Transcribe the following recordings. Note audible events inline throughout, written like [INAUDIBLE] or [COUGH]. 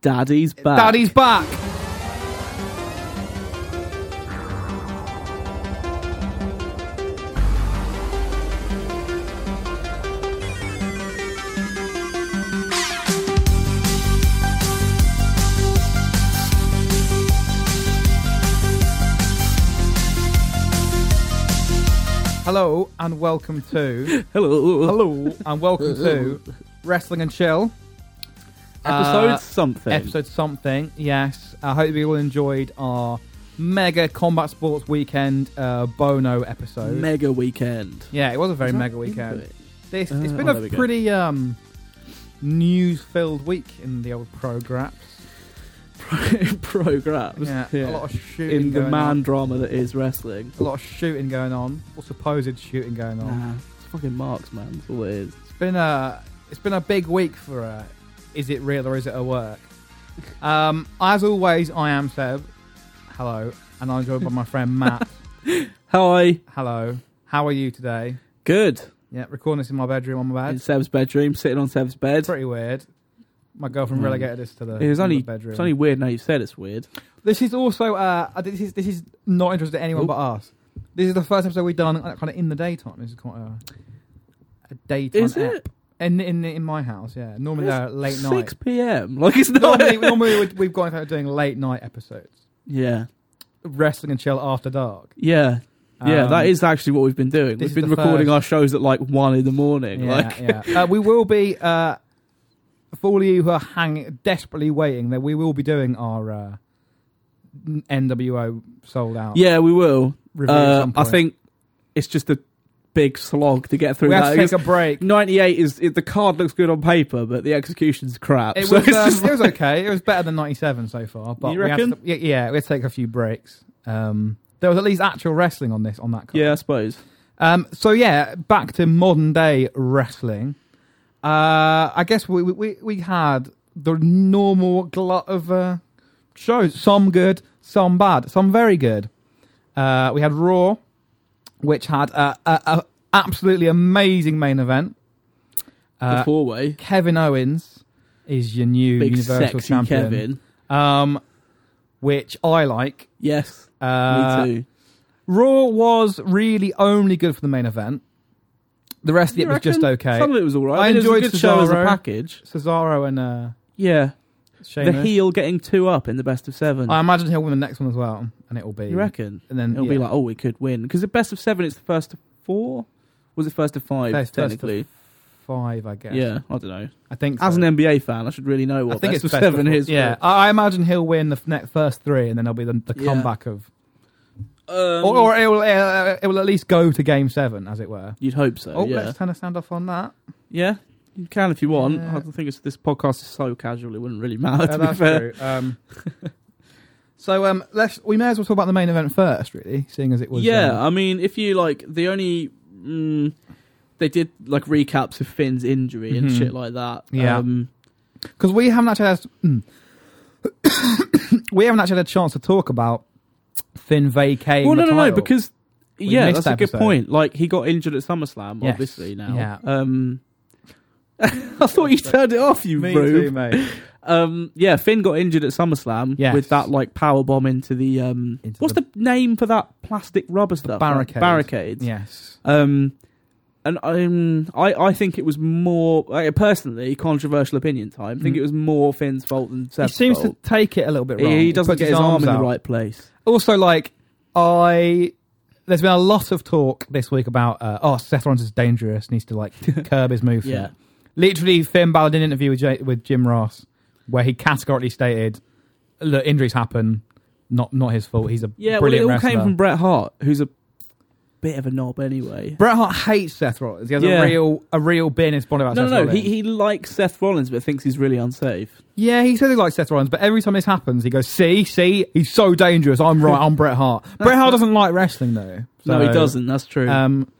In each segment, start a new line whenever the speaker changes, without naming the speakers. Daddy's back.
Daddy's back. Hello and welcome
[LAUGHS]
to
Hello.
Hello and welcome to Wrestling and Chill.
Episode
Uh,
something.
Episode something, yes. I hope you all enjoyed our mega combat sports weekend uh, Bono episode.
Mega weekend.
yeah, it was a very
Is that
mega
into
weekend.
it?
This,
Uh,
it's been
oh, there we
a
go.
pretty um, news-filled week in the old programs.
[LAUGHS] Programs.
Yeah, a lot of shooting
In the
going
man
on.
drama that is wrestling.
a lot of shooting going on, or supposed shooting going on.
Nah, it's fucking marks, man. That's all it is.
It's been a it's been a big week for uh, is it real or is it a work? Um, as always, I am Seb. Hello, and I'm joined by my friend Matt.
Hi.
Hello, how are you today?
Good.
Yeah, recording this in my bedroom on my
In
bed.
Seb's bedroom, sitting on Seb's bed.
It's pretty weird. My girlfriend
Mm.
relegated us to the,
It was
to the
only-
bedroom.
It's only weird now you've said it's weird.
This is also uh, I think this is this is not interested to anyone
Oop.
but us. This is the first episode we've done uh, kind of in the daytime. This is quite a, a daytime
Is
app.
it?
In, in in my house, yeah. Normally
It's
they're late
[LAUGHS]
night.
6 p.m. Like it's not.
normally, normally we- we've gone out doing late night episodes,
yeah.
wrestling and chill after dark.
Yeah. Yeah,
Um,
that is actually what we've been doing. We've
this is
been
the
recording
first-
our shows at like one in the morning.
Yeah,
like,
yeah. Uh, we will be uh, for all of you who are hang desperately waiting. That we will be doing our uh, n- NWO sold out.
yeah, we will.
review at
Uh,
some
I
point.
think it's just a big slog to get through
we
that.
have to take
[LAUGHS]
a break.
98 is it, the card looks good on paper, but the execution's crap.
It
so
was,
it's
um,
just
[LAUGHS] it was okay. It was better than '97 so far. But
You
we had to-
reckon?
yeah, yeah, we had to take a few breaks. Um, there was at least actual wrestling on this on that. Card.
yeah, I suppose.
Um, so yeah, back to modern day wrestling. Uh, I guess we, we we had the normal glut of uh, shows. Some good, some bad, some very good. Uh, we had Raw, which had a, a, a absolutely amazing main event.
the
Uh,
four way,
Kevin Owens is your new
big
Universal
sexy
Champion,
Kevin.
Um, which I like.
Yes,
Uh,
me too.
Raw was really only good for the main event. The rest of it
You
was just
reckon?
okay.
Some of it was all right.
I
mean, it was
enjoyed
a good show as a
Cesaro.
package.
Cesaro and uh,
Yeah, the
Sheamus.
heel getting two up in the best of seven.
I imagine he'll win the next one as well, and it'll be
you reckon?
and then
It'll
yeah,
be like, oh, we could win because the best of seven. It's the first of four. Was it first of five?
First- first of-
technically,
five, I guess.
yeah. I don't know.
I think
As
so.
an NBA fan, I should really know what
I think
best
it's
of
best
seven
of-
is. but-
Yeah, I I imagine he'll win the f- next first three, and then there'll be the, the
Yeah.
comeback of,
Um,
or, or it will uh, it will at least go to game seven, as it were.
you'd hope so.
oh,
uh, yeah.
let's turn a sound off on that.
Yeah, you can if you want.
Yeah.
I think it's, this podcast is so casual; it wouldn't really matter.
Uh,
Oh, to be
that's
fair,
true. Um, [LAUGHS] so um, let's we may as well talk about the main event first, really, seeing as it was.
yeah.
um,
I mean, if you like, the only mm, they did like recaps of Finn's injury and
Mhm.
shit like that.
Yeah.
um,
because we haven't actually had, mm. [COUGHS] we haven't actually had a chance to talk about Finn vacating.
well, no,
the
no, no,
title.
because
We
yeah,
missed
that's a good
episode.
point. Like he got injured at SummerSlam,
Yes.
obviously. Now,
Yeah.
Um, [LAUGHS] I thought you turned it off, you
me
rube.
too, mate.
Um, yeah, Finn got injured at SummerSlam
Yes.
with that like power bomb into the um.
Into
what's
the-
the, name for that plastic rubber stuff?
barricade.
Barricades.
[LAUGHS] yes,
Um, and um, I, I think it was more uh, personally controversial opinion time. I think
Mm.
it was more Finn's fault than
he
Seb's
seems to
fault.
take it a little bit
He-
wrong.
he doesn't
puts
get his, arm in the
out.
right place.
Also, like I. There's been a lot of talk this week about, uh, oh, Seth Rollins is dangerous, needs to like [LAUGHS] curb his movement.
Yeah,
Literally, Finn Balor did an interview with, J- with Jim Ross where he categorically stated, "Look, injuries happen. Not not his fault. He's a
yeah. Well, it
brilliant
all
wrestler."
came from Bret Hart, who's a bit of a knob anyway.
Bret Hart hates Seth Rollins. He has
Yeah.
a real a real bin in his body about
No,
Seth
no, no. He
Rollins.
he likes Seth Rollins, but thinks he's really unsafe.
yeah, he says he likes Seth Rollins, but every time this happens, he goes, "See, see, he's so dangerous. I'm right. I'm
[LAUGHS]
Bret Hart." Bret Hart doesn't like wrestling though.
no, he
So,
doesn't. That's true.
Um,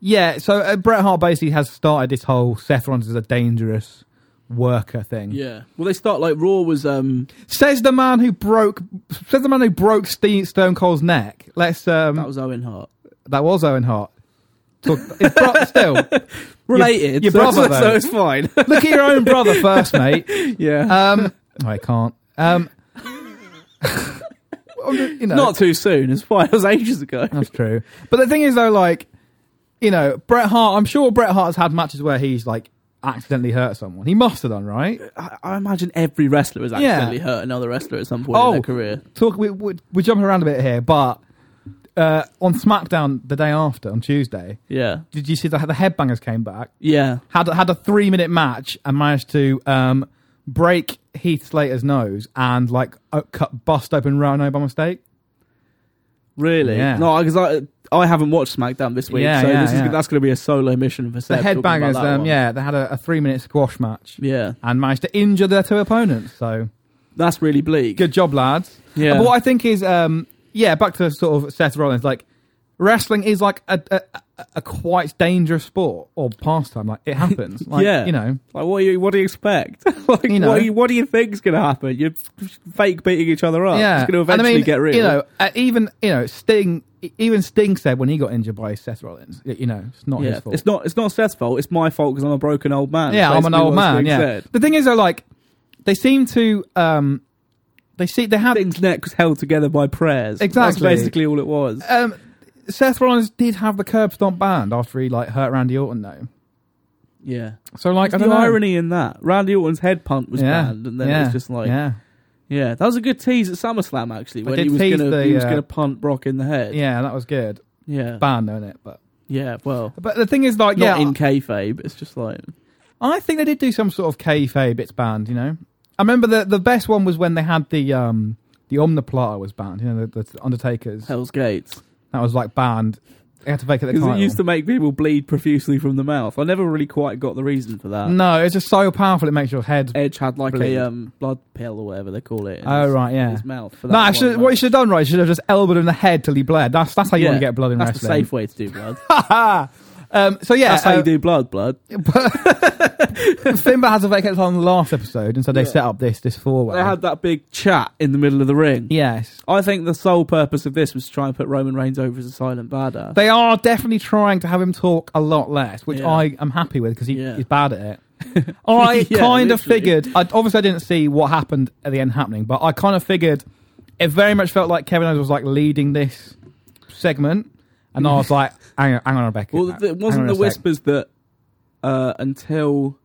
yeah. So uh, Bret Hart basically has started this whole Seth Rollins is a dangerous worker thing.
yeah. Well, they start like Raw was um
Says the man who broke. Says the man who broke Ste Stone Cold's neck. Let's. Um,
that was Owen Hart
that was Owen Hart. Talk, it's bro- [LAUGHS] still,
related.
your
[LAUGHS] so,
brother,
so it's fine.
look at your own brother first, mate.
yeah.
Um, I can't. Um, [LAUGHS] I'm just- you know,
Not too soon. It's fine. [LAUGHS] It was ages ago.
that's true. But the thing is, though, like you know, Bret Hart. I'm sure Bret Hart's had matches where he's like accidentally hurt someone. He must have done, right?
I, I imagine every wrestler has
Yeah.
accidentally hurt another wrestler at some point in
Oh.
their career.
Talk. We, we, we're jumping around a bit here, but uh, on SmackDown the day after, on Tuesday,
Yeah.
did you see that the Headbangers came back?
Yeah.
had had a three minute match and managed to um, break Heath Slater's nose and like uh, cut bust open Rhino by mistake.
Really?
Yeah.
No, because I I haven't watched SmackDown this week,
Yeah,
so
yeah,
this is
yeah.
that's going to be a solo mission for
The
Seb. talking about
headbangers,
that
um,
one.
yeah, they had a, a three minute squash match
Yeah.
and managed to injure their two opponents. So
That's really bleak.
good job, lads.
Yeah.
But what I think is, um, yeah, back to sort of Seth Rollins, like wrestling is like a, a, a- a quite dangerous sport or pastime. Like it
[LAUGHS]
happens. Like,
Yeah.
You know.
Like, what do you what do you expect? [LAUGHS] like,
You know.
what, do you, what do you think's going to happen? You're fake beating each other up. [LAUGHS]
Yeah,
It's going to
And
eventually get real.
You know, uh, even you know Sting. e, Even Sting said when he got injured by Seth Rollins, y- you know, it's not
yeah.
his fault.
It's not it's not Seth's fault. It's my fault because I'm a broken old man.
yeah, I'm an
Basically
old
what
man.
Sting
Yeah.
said.
The thing is, though, like they seem to, um, they see they have
Sting's neck was held together by prayers.
Exactly.
That's basically all it was.
um, Seth Rollins did have the curb stomp banned after he like hurt Randy Orton though.
Yeah.
So like I
the
don't know.
irony in that. Randy Orton's head punt was
Yeah,
banned, and then
yeah,
it's just like, yeah.
yeah,
that was a good tease at SummerSlam actually,
I
when
did
he was
tease
gonna
the,
he was
uh,
gonna punt Brock in the head.
yeah, that was good.
yeah,
Banned, isn't it? But
yeah. Well,
but the thing is, like, yeah,
not in kayfabe. It's just like,
I think they did do some sort of kayfabe. It's banned, you know. I remember the the best one was when they had the um the Omniplata was banned. You know, the, the Undertaker's
Hell's Gates
that was like banned. They had to vacate the
because
title.
it used to make people bleed profusely from the mouth. I never really quite got the reason for that.
no, it's just so powerful it makes your head.
Edge had like
Bleed.
a um, blood pill or whatever they call it. In
Oh
his,
right, yeah.
his mouth. For that
No, I
one
should- what you
match.
should have done right, you should have just elbowed him in the head till he bled. That's that's how you
Yeah,
want to get blood in
That's the
wrestling.
safe way to do blood.
um, so [LAUGHS] yeah,
That's how
uh,
you do blood. Blood.
[LAUGHS] Finbar has a vacate title on the last episode, and so they
Yeah.
set up this this four way.
They had that big chat in the middle of the ring.
yes,
I think the sole purpose of this was to try and put Roman Reigns over as a silent badass.
They are definitely trying to have him talk a lot less, which
Yeah.
I am happy with because he,
Yeah.
he's bad at
[LAUGHS]
it. I
Yeah,
kind
literally.
of figured. I, obviously, I didn't see what happened at the end happening, but I kind of figured it very much felt like Kevin Owens was like leading this segment, and I was like, "Hang on, hang on, Rebecca."
well,
hang
th-
on
wasn't
a
the
sec.
whispers that uh, until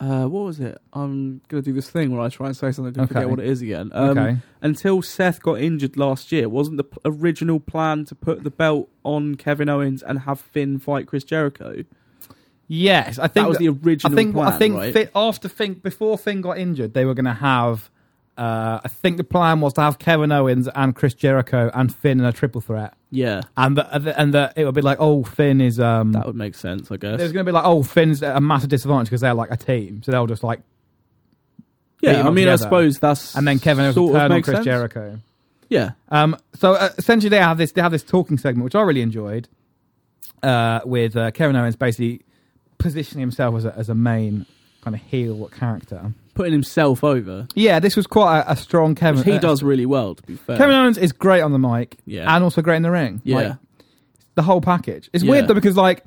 uh, what was it? I'm gonna do this thing where I try and say something and
Okay.
forget what it is again. Um,
okay,
Until Seth got injured last year, wasn't the p- original plan to put the belt on Kevin Owens and have Finn fight Chris Jericho?
yes, I think
That was the
I
original
think
plan.
I think
right?
Fi- after Finn before Finn got injured, they were going to have. Uh, I think the plan was to have Kevin Owens and Chris Jericho and Finn in a triple threat.
yeah,
and the, and the, it would be like, oh, Finn is um,
that would make sense, I guess.
there's going to be like, oh, Finn's at a massive disadvantage because they're like a team, so they'll just like, beat
yeah,
them
I
up
mean, I
together.
suppose that's
and then Kevin Owens will
sort of
turn on
makes
Chris
sense.
Jericho.
Yeah,
Um, so uh, essentially, they have this they have this talking segment which I really enjoyed, uh, with uh, Kevin Owens basically positioning himself as a, as a main kind of heel character.
putting himself over.
Yeah, this was quite a, a strong Kevin.
Which he
uh,
does really well, to be fair.
Kevin Owens is great on the mic
yeah,
and also great in the ring.
yeah,
Like, the whole package. It's
Yeah.
weird though because like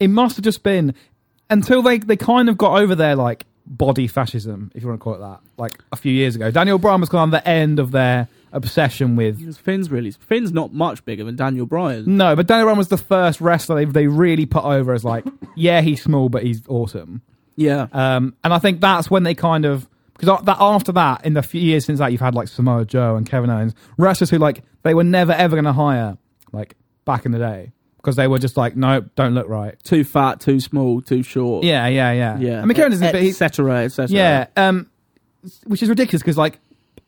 it must have just been until they they kind of got over their like body fascism, if you want to call it that, like a few years ago. Daniel Bryan was kind of the end of their obsession with.
Because Finn's really Finn's not much bigger than Daniel Bryan.
No, but Daniel Bryan was the first wrestler they, they really put over as like, [LAUGHS] yeah, he's small, but he's awesome.
Yeah,
Um, and I think that's when they kind of because a- that after that, in the few years since that, you've had like Samoa Joe and Kevin Owens, wrestlers who like they were never ever going to hire like back in the day because they were just like, nope, don't look right.
too fat, too small, too short.
Yeah, yeah, yeah.
yeah.
I mean, Kevin doesn't. But
etc.
he's,
Cetera, et cetera.
yeah. Um, which is ridiculous because, like,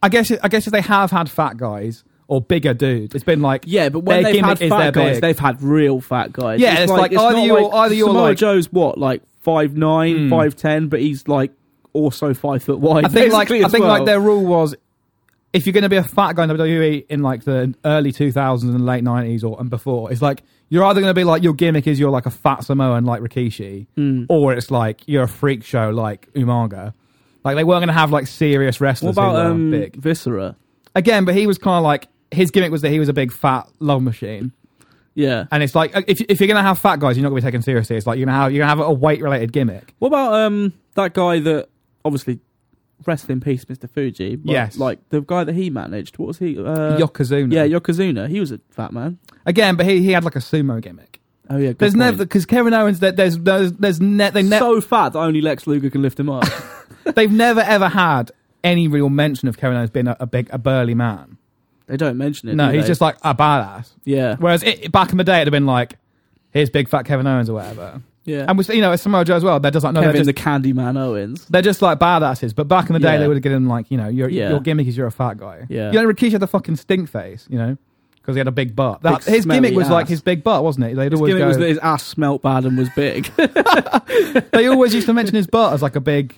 I guess I guess if they have had fat guys or bigger dudes, it's been like,
yeah. But when
Their
they've had
gimmick is they're
fat guys,
big.
they've had real fat guys.
Yeah, it's like either
not
you're- either you're
Samoa
like-
Joe's what like five nine,
Hmm.
five ten, but he's like also five foot wide.
I think like
basically,
I
as
think
well.
like their rule was. If you're going to be a fat guy in WWE in like the early 2000s and late 90s or and before, it's like you're either going to be like your gimmick is you're like a fat Samoan like Rikishi,
Hmm.
or it's like you're a freak show like Umaga. Like they weren't going to have like serious
What
wrestlers
about
who were
um,
big.
Viscera?
again, but he was kind of like his gimmick was that he was a big fat love machine,
Yeah.
and it's like if if you're gonna have fat guys, you're not gonna be taken seriously. It's like you're gonna have you're gonna have a weight related gimmick.
What about um that guy that obviously rest in peace, Mr. Fuji. But
Yes.
like the guy that he managed. What was he? Uh,
Yokozuna.
yeah, Yokozuna. He was a fat man.
Again, but he, he had like a sumo gimmick.
Oh yeah, good
There's
point.
never because Kevin Owens. there- There's there's, there's ne- they ne-
so fat that only Lex Luger can lift him
[LAUGHS]
up.
they've never ever had any real mention of Kevin Owens being a, a big a burly man.
they don't mention it.
No,
do
he's
they?
just like a badass.
yeah,
Whereas it, back in the day, it'd have been like, here's big fat Kevin Owens or whatever.
yeah.
And we see- you know, it's Samoa Joe as well. They're just like no,
Kevin
they're just,
the Candyman Owens.
[LAUGHS] they're just like badasses. But back in the day,
Yeah.
they would have given him like you know your
Yeah.
your gimmick is you're a fat guy.
Yeah.
You know, Rikishi had the fucking stink face. You know. Because he had a big butt. That,
Big
his gimmick
smelly
was like
ass.
his big butt, wasn't it? They'd
His
always
gimmick
go,
was that his ass smelt bad and was big.
[LAUGHS] they always used to mention his butt as like a big,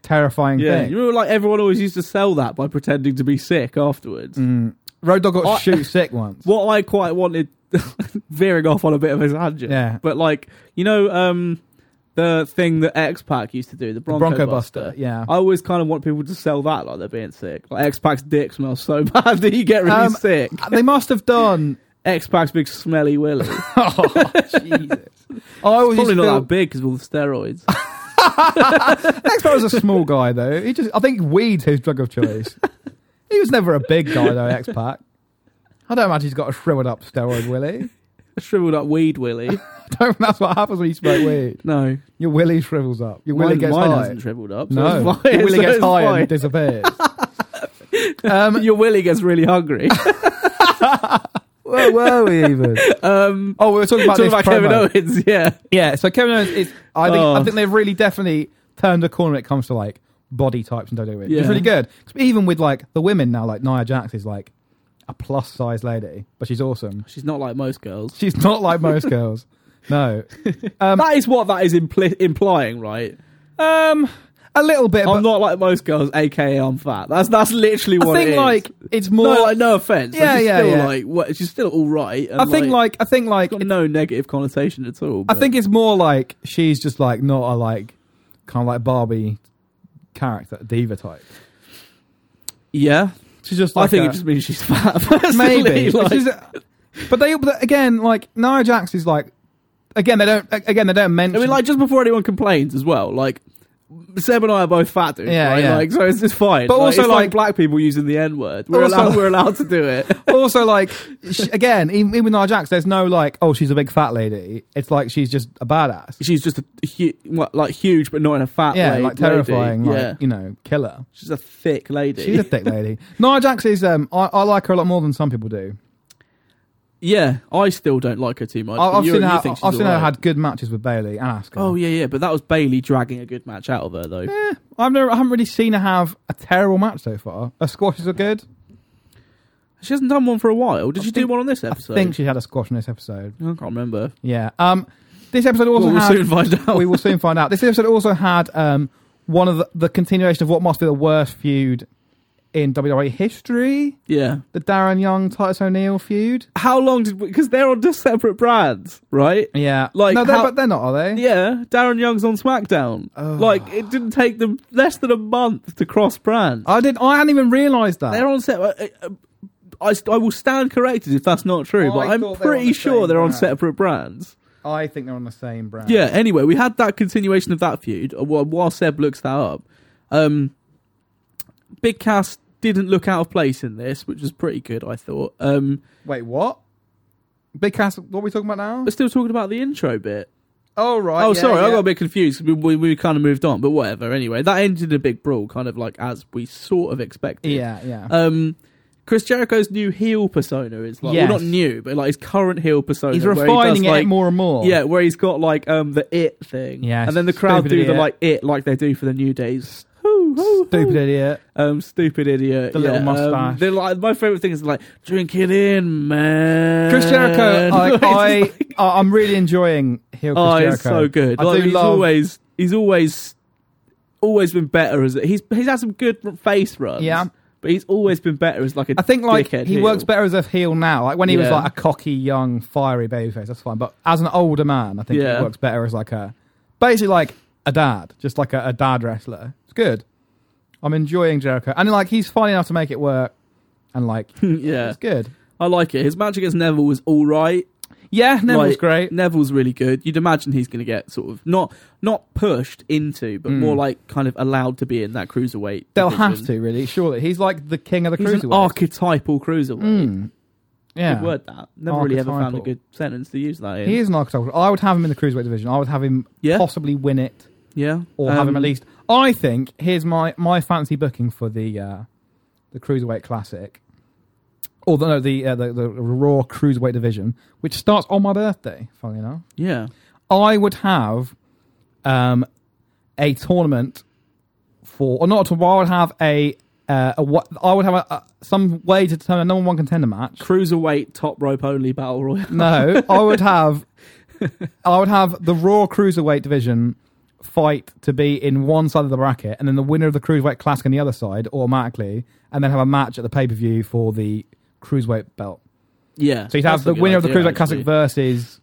terrifying
yeah,
thing.
you remember like everyone always used to sell that by pretending to be sick afterwards.
Mm. Road Dog got
I-
shoot sick
[LAUGHS]
once.
What I quite wanted, [LAUGHS] veering off on a bit of a tangent.
Yeah.
But like you know, um, the thing that X Pac used to do, the Bronco,
Bronco
Buster.
Buster, yeah.
[LAUGHS] I always kind of want people to sell that like they're being sick. Like X Pac's dick smells so [LAUGHS] bad that you get really
Um,
sick.
they must have
[LAUGHS]
done. [LAUGHS]
X Pac's big smelly willy.
Oh, Jesus. I
Probably
always used to
not
feel,
that big because of all the steroids.
Next was a small guy though. He just I think weed's his drug
[LAUGHS]
of choice. he was never a big guy though, X Pac. I don't imagine he's got a shriveled up steroid willy.
Shriveled up weed willy.
[LAUGHS] I don't that's what happens when you smoke weed.
No,
Your willy shrivels up. Your willy
mine,
gets
mine
high.
hasn't shriveled up. So
no,
it's fine.
your
[LAUGHS]
willy
So
gets
it's
high
fine.
and [LAUGHS] disappears. um,
Your willy gets really
[LAUGHS]
hungry. [LAUGHS]
where were we [LAUGHS] even?
Um,
Oh, we were talking about
talking
this
about
promo.
Kevin Owens, yeah.
Yeah, so Kevin Owens is. I think
Oh.
I think they've really definitely turned a corner when it comes to like body types and WWE.
Yeah.
It's really good. 'Cause even with like the women now, like Nia Jax is like a plus size lady, but she's awesome. [LAUGHS]
She's not like most girls.
She's not like most [LAUGHS] girls. No,
that is what that is impli- implying, right?
um, a little bit.
I'm
But
not like most girls, aka I'm fat. That's that's literally
I
what
think
it is.
like it's more.
no, like, no offense. Like,
Yeah,
she's
yeah,
still,
yeah.
Like what, she's still all right. and,
I think like I think like
got no negative connotation at all.
I
but-
think it's more like she's just like not a like kind of like Barbie character diva type.
yeah.
She's just.
I
Like
think
a-
it just means she's fat. [LAUGHS] personally,
[LAUGHS] maybe.
like-
Which is- but they, but again, like Nia Jax is like, again they don't, again they don't mention.
I mean, like just before anyone complains as well, like Seb and I are both fat dudes,
Yeah,
right?
yeah.
Like, so it's, it's fine.
But also,
it's
like-
black people using the N word, we're
Also-
allowed, we're allowed to do
[LAUGHS]
it.
[LAUGHS]
[LAUGHS]
also like, sh again, even, even with Nia Jax, there's no like, oh she's a big fat lady. It's like she's just a badass.
She's just a hu- what, like huge, but not in a fat.
Yeah,
la-
like terrifying,
lady.
like
yeah,
you know, killer.
she's a thick lady.
She's a
[LAUGHS]
thick lady. Nia Jax is. Um, I, I like her a lot more than some people do.
yeah, I still don't like her too much.
I,
but
I've
you-
seen
you
her.
think she's
I've seen her
alright.
had good matches with Bailey and Asuka.
Oh yeah, yeah, but that was Bailey dragging a good match out of her though.
I've never. I haven't really seen her have a terrible match so far. Her squashes are good.
She hasn't done one for a while. Did
I
she do
think-
one on this
I
episode?
think she had a squash in this episode.
I can't remember.
Yeah. Um, this episode also
Well, we'll
had.
soon find out.
we will soon find out. This episode also had um, one of the, the continuation of what must be the worst feud in WWE history:
yeah.
the Darren Young Titus O'Neil feud.
How long did? Because they're on just separate brands, right?
Yeah,
Like,
no, they're,
how-
but they're not, are they?
Yeah, Darren Young's on SmackDown.
Oh.
Like it didn't take them less than a month to cross brands.
I didn't. I hadn't even realised that.
they're on set. I, I, I will stand corrected if that's not true,
Oh, I
but I'm
thought they were on
pretty
the
sure
same
they're on
brand.
separate brands.
I think they're on the same brand.
Yeah. Anyway, we had that continuation of that feud. uh, wh- While Seb looks that up, um, Big Cass didn't look out of place in this, which was pretty good, I thought. Um,
Wait, what? Big Cass. What are we talking about now?
but still talking about the intro bit.
Oh right.
Oh,
yeah,
sorry, I
yeah.
got a bit confused. We, we, we kind of moved on, but whatever. Anyway, that ended in a big brawl, kind of like as we sort of expected.
Yeah, yeah.
Um, Chris Jericho's new heel persona is like,
Yes.
well, not new, but like his current heel persona.
He's
where he does,
refining it
like,
more and more.
Yeah, where he's got like um the it thing.
Yeah,
and then the crowd
stupid
do the
idiot.
like it like they do for the New Days. Hoo, hoo,
Stupid
hoo.
idiot.
Um, stupid idiot.
The little
yeah, um,
mustache.
they're like my favorite thing is like drink it in, man.
Chris
[LAUGHS]
Jericho,
Like,
like, I,
it's Uh, like-
I, I'm really enjoying heel Chris
oh,
Jericho.
he's so good.
I
like,
do
he's
love.
always he's always always been better as he's he's had some good face runs.
Yeah.
but he's always been better as like a
I think like
dickhead
he
heel.
works better as a heel now. Like when he was
Yeah.
like a cocky, young, fiery babyface, that's fine. But as an older man, I think
Yeah.
he works better as like a basically like a dad, just like a, a dad wrestler. It's good. I'm enjoying Jericho, and like he's funny enough to make it work, and like
[LAUGHS] yeah.
it's good.
I like it. His match against Neville was all right.
Yeah, Neville's
Like,
great.
Neville's really good. You'd imagine he's going to get sort of not not pushed into, but
Mm.
more like kind of allowed to be in that cruiserweight.
They'll
division.
have to really. Surely he's like the king of the
He's an
cruiserweights.
archetypal cruiserweight.
Mm. Yeah,
Good word that. Never really ever found a
Archetypal.
good sentence to use that in.
he is an archetypal. I would have him in the cruiserweight division. I would have him
Yeah.
possibly win it
yeah.
or have
Um,
him at least. I think here's my my fancy booking for the uh, the cruiserweight classic, or the, no, the, uh, the the Raw cruiserweight division, which starts on my birthday. Funnily enough,
Yeah.
I would have um, a tournament for, or not a tournament. I would have a, uh, a what I would have a, a, some way to determine a number one contender match.
Cruiserweight top rope only battle royal. [LAUGHS]
No, I would have, I would have the Raw cruiserweight division fight to be in one side of the bracket, and then the winner of the cruiserweight classic on the other side automatically, and then have a match at the pay per view for the cruiserweight belt.
Yeah.
So you'd have
that's a
the
good
winner of the
idea,
cruiserweight classic
actually.
versus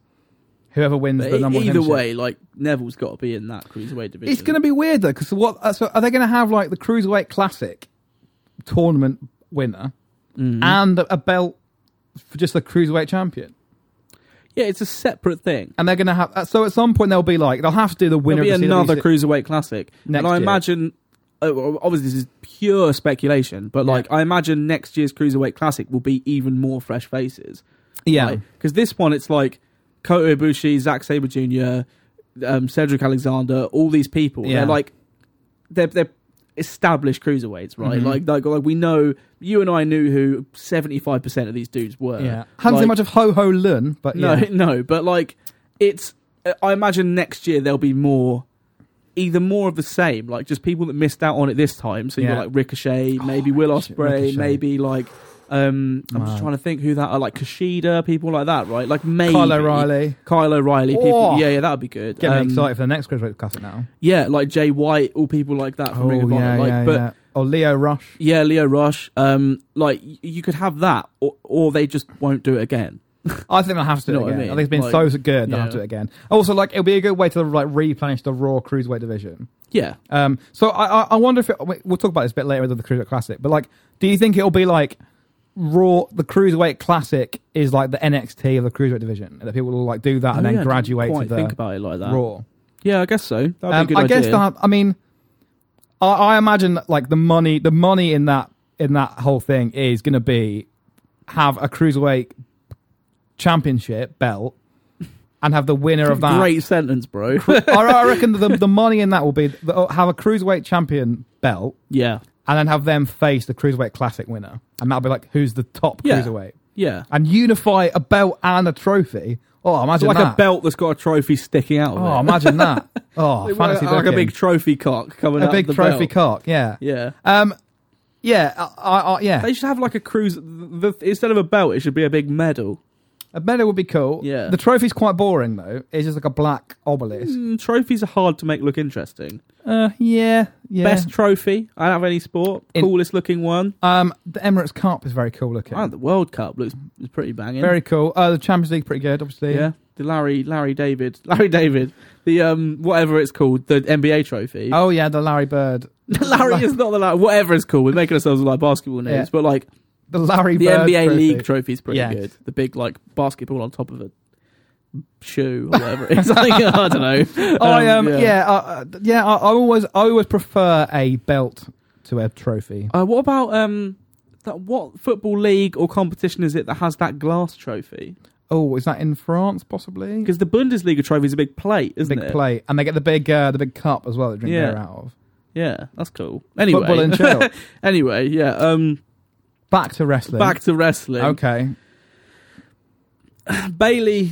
whoever wins
But
the
e-
number one.
either
championship.
way, like Neville's got to be in that cruiserweight division.
It's going to be weird though, because what? uh, So are they going to have like the cruiserweight classic tournament winner
Mm.
and a belt for just the cruiserweight champion?
yeah, it's a separate thing.
And they're going to have. uh, So at some point they'll be like they'll have to do the winner
There'll be
of the
another
CWC
cruiserweight classic,
next
and I
year.
imagine. uh, well, Obviously, this is pure speculation, but like I imagine next year's cruiserweight classic will be even more fresh faces.
Yeah,
because this one it's like Kota Ibushi, Zack Saber Jr., um, Cedric Alexander, all these people.
Yeah.
They're like they're they're established cruiserweights, right?
Mhm.
Like, like like we know you and I knew who seventy five percent of these dudes were.
yeah. Haven't seen
Like-
much of Ho Ho Lun, but
No,
yeah.
[LAUGHS] no, but like it's. I imagine next year there'll be more, either more of the same, like just people that missed out on it this time. So you
Yeah. Oh,
got like Ricochet, maybe Will
Ricochet-
Ospreay,
Ricochet.
maybe like um, I'm
Wow.
just trying to think who that are, like Kushida, people like that, right? Like maybe
Kyle O'Reilly.
Kyle O'Reilly, people.
Oh.
Yeah, yeah, that'd be good.
Getting
Um,
excited for the next cruiserweight classic now.
Yeah, like Jay White, all people like that from
Oh,
Ring of Honor. Like, but
Or Oh, Leo Rush.
yeah, Leo Rush. Um, like y- you could have that, or, or they just won't do it again.
I think they'll have to do
You
it
know what I
again. I,
mean?
think it's been
Like,
so so good they'll
yeah.
have to do it again. Also, like it'll be a good way to like replenish the Raw cruiserweight division.
Yeah,
Um, so I, I, I wonder if it, we- we'll talk about this a bit later with the Cruiserweight Classic, but like, do you think it'll be like Raw? The Cruiserweight Classic is like the NXT of the Cruiserweight division, and that people will like do that and
Oh,
then
yeah, I didn't
graduate to
quite think
the
about it like that.
Raw.
Yeah, I guess so. That'd be a
Um,
good
I
idea.
guess that. I mean, I, I imagine that, like the money, the money in that in that whole thing is going to be have a Cruiserweight championship belt and have the winner of that
Great sentence, [LAUGHS] bro.
I, I reckon the, the money in that will be the, have a cruiserweight champion belt
yeah,
and then have them face the cruiserweight classic winner, and that'll be like who's the top
Yeah.
cruiserweight,
yeah.
and unify a belt and a trophy. Oh,
It's
imagine
like
that.
a belt that's got a trophy sticking out of
Oh,
it. [LAUGHS]
imagine that. Oh,
Like-
fantasy
like a
booking.
big trophy cock coming
a
out.
big
of the
trophy
belt.
cock. Yeah.
Yeah,
Um. Yeah. I. I, I yeah.
they should have like a cruise. The, the- instead of a belt, it should be a big medal.
A medal would be cool.
Yeah.
The trophy's quite boring though. It's just like a black obelisk.
Mm, trophies are hard to make look interesting.
Uh. Yeah. Yeah.
Best trophy I have any sport.
In-
Coolest looking one.
Um. The Emirates Cup is very cool looking.
Wow, the World Cup looks is pretty banging.
Very cool. Uh. The Champions League pretty good. Obviously.
yeah. The Larry Larry David [LAUGHS] Larry David the um whatever it's called the NBA trophy.
Oh yeah. The Larry Bird.
Larry is not the Larry. Whatever it's called, we're making ourselves like basketball names,
Yeah.
but like
The Larry
the
Bird.
NBA
trophy.
league trophy is pretty
Yes.
good. The big like basketball on top of a shoe or whatever. it's [LAUGHS] like I don't know.
I um yeah yeah, uh, yeah I, I always I always prefer a belt to a trophy.
Uh, what about um that? What football league or competition is it that has that glass trophy?
Oh, is that in France possibly?
Because the Bundesliga trophy is a big plate, isn't
big
it?
plate, and they get the big uh, the big cup as well. They drink
Yeah.
beer out of.
Yeah, that's cool. Anyway,
Football and
[LAUGHS]
chill.
anyway, yeah. Um,
Back to wrestling.
back to wrestling.
Okay.
Bailey,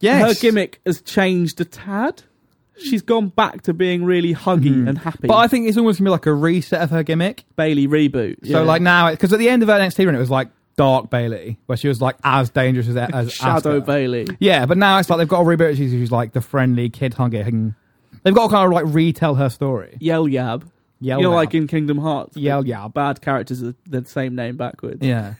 Yes.
her gimmick has changed a tad. She's gone back to being really huggy
Mhm.
and happy.
But I think it's almost gonna be like a reset of her gimmick.
Bailey reboot.
So like now, because at the end of her NXT run, it was like Dark Bailey, where she was like as dangerous as,
[LAUGHS]
as
Shadow
Asuka.
Bailey.
Yeah, but now it's like they've got to reboot. her. She's, she's like the friendly kid hugging. They've got to kind of like retell her story.
Yell Yab.
Yell
you know,
now.
like in Kingdom Hearts.
yell
the
yab.
Bad characters are the same name backwards.
Yeah.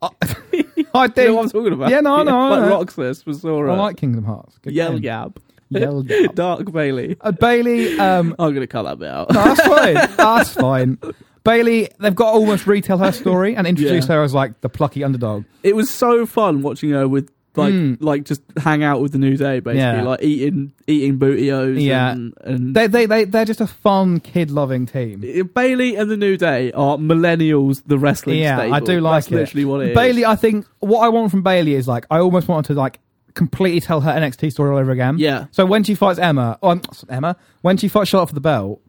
I, [LAUGHS] I
Do
do.
[LAUGHS] you know what I'm talking about?
Yeah, no, I know, I
Like
know.
Roxas was all
I
right.
like Kingdom Hearts. Good
Yell
game.
Yab. [LAUGHS]
Yell yab.
Dark Bailey.
Uh, Bailey. Um,
I'm gonna cut that bit out.
no, that's fine. That's fine. Bailey, they've got to almost retell her story and introduce
Yeah.
her as like the plucky underdog.
It was so fun watching her with like
Mm.
like just hang out with the new day basically,
Yeah.
like eating eating bootios.
Yeah.
and, and
They they they they're just a fun kid loving team.
Bailey and the New Day are millennials. The wrestling,
Yeah,
stable.
I do like
That's
it.
Literally, what it is.
Bailey, um, I think what I want from Bailey is like I almost want her to like completely tell her NXT story all over again.
Yeah.
So when she fights Emma, or um, Emma, when she fights Charlotte for the belt,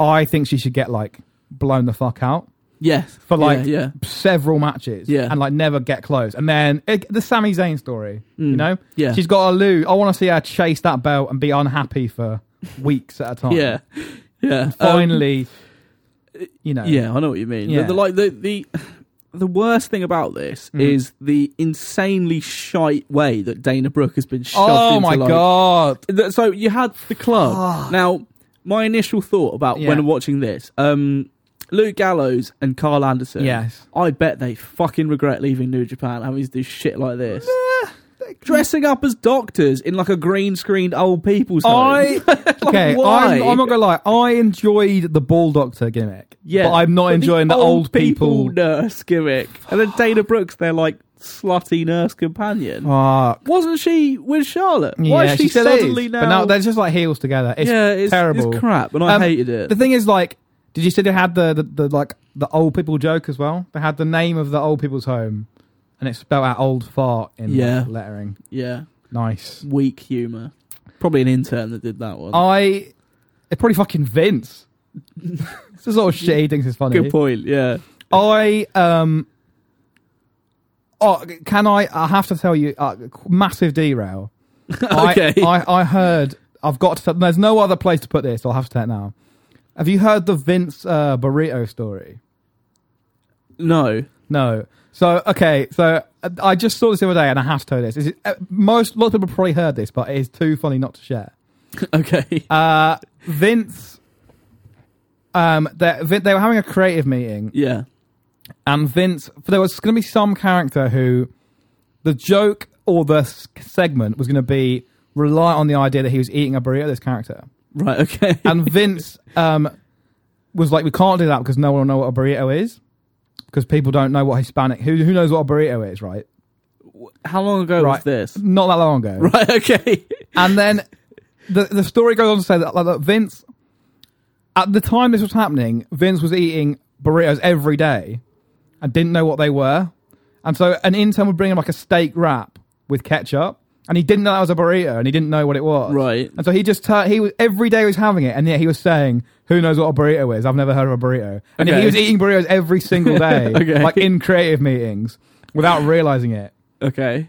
I think she should get like blown the fuck out
Yes,
for like
yeah, yeah.
several matches,
Yeah.
and like never get close. And then it, the Sami Zayn story, you
Mm.
know,
Yeah.
she's got to lose. I want to see her chase that belt and be unhappy for weeks at a time.
yeah, yeah. Um,
Finally, you know,
yeah, I know what you mean.
Yeah.
The, the- like the the the worst thing about this
Mhm.
is the insanely shite way that Dana Brooke has been shoved
Oh
into,
my
like- Oh,
god. Ah,
Th- So you had the club. Now, my initial thought about
Yeah.
when watching this, um, Luke Gallows and Carl Anderson.
Yes.
I bet they fucking regret leaving New Japan having to do shit like this. Dressing up as doctors in like a green screened old people's home. [LAUGHS]
I okay.
why?
I'm, I'm not gonna lie. I enjoyed the ball doctor gimmick. but I'm not
But
enjoying the old, people.
nurse gimmick. And then Dana Brooks, their like slutty nurse companion.
Fuck.
Wasn't she with Charlotte? Why
Ah, Yeah,
is she,
still is.
suddenly now?
But now they're just like heels together. It's
yeah, it's,
terrible.
it's crap, and I
Um,
hated it.
The thing is, like, did you say they had the, the, the like the old people joke as well? They had the name of the old people's home, and it's spelled out old fart in
Yeah.
lettering.
yeah,
Nice.
weak humor. Probably an intern that did that one.
I it probably fucking Vince. [LAUGHS] it's the sort of shit he thinks is funny.
Good point. Yeah, [LAUGHS]
I um. Oh, can I? I have to tell you, uh, massive derail. I-
Okay.
[LAUGHS] I, I, heard. I've got to. There's no other place to put this. So I'll have to tell it now. Have you heard the Vince uh, burrito story?
no. [LAUGHS]
No. So okay. So uh, I just saw this the other day, and I have to tell you this. Is uh, most lots of people probably heard this, but it is too funny not to share.
Okay.
Uh, Vince. Um, they they were having a creative meeting,
yeah.
and Vince. There was going to be some character who, the joke or the s- segment was going to be reliant on the idea that he was eating a burrito. This character
Right. Okay.
and Vince um, was like, "We can't do that because no one will know what a burrito is." Because people don't know what Hispanic who who knows what a burrito is, right?
How long ago
Right.
was this? [LAUGHS]
Not that long ago.
Right. Okay.
And then the the story goes on to say that, like, that Vince, at the time this was happening, Vince was eating burritos every day and didn't know what they were. And so an intern would bring him like a steak wrap with ketchup, and he didn't know that was a burrito, and he didn't know what it was.
Right.
And so he just tur- he was every day he was having it, and yet he was saying, "Who knows what a burrito is? I've never heard of a burrito." And yet
Okay.
he was eating burritos every single day,
Okay.
like in creative meetings, without realizing it.
Okay.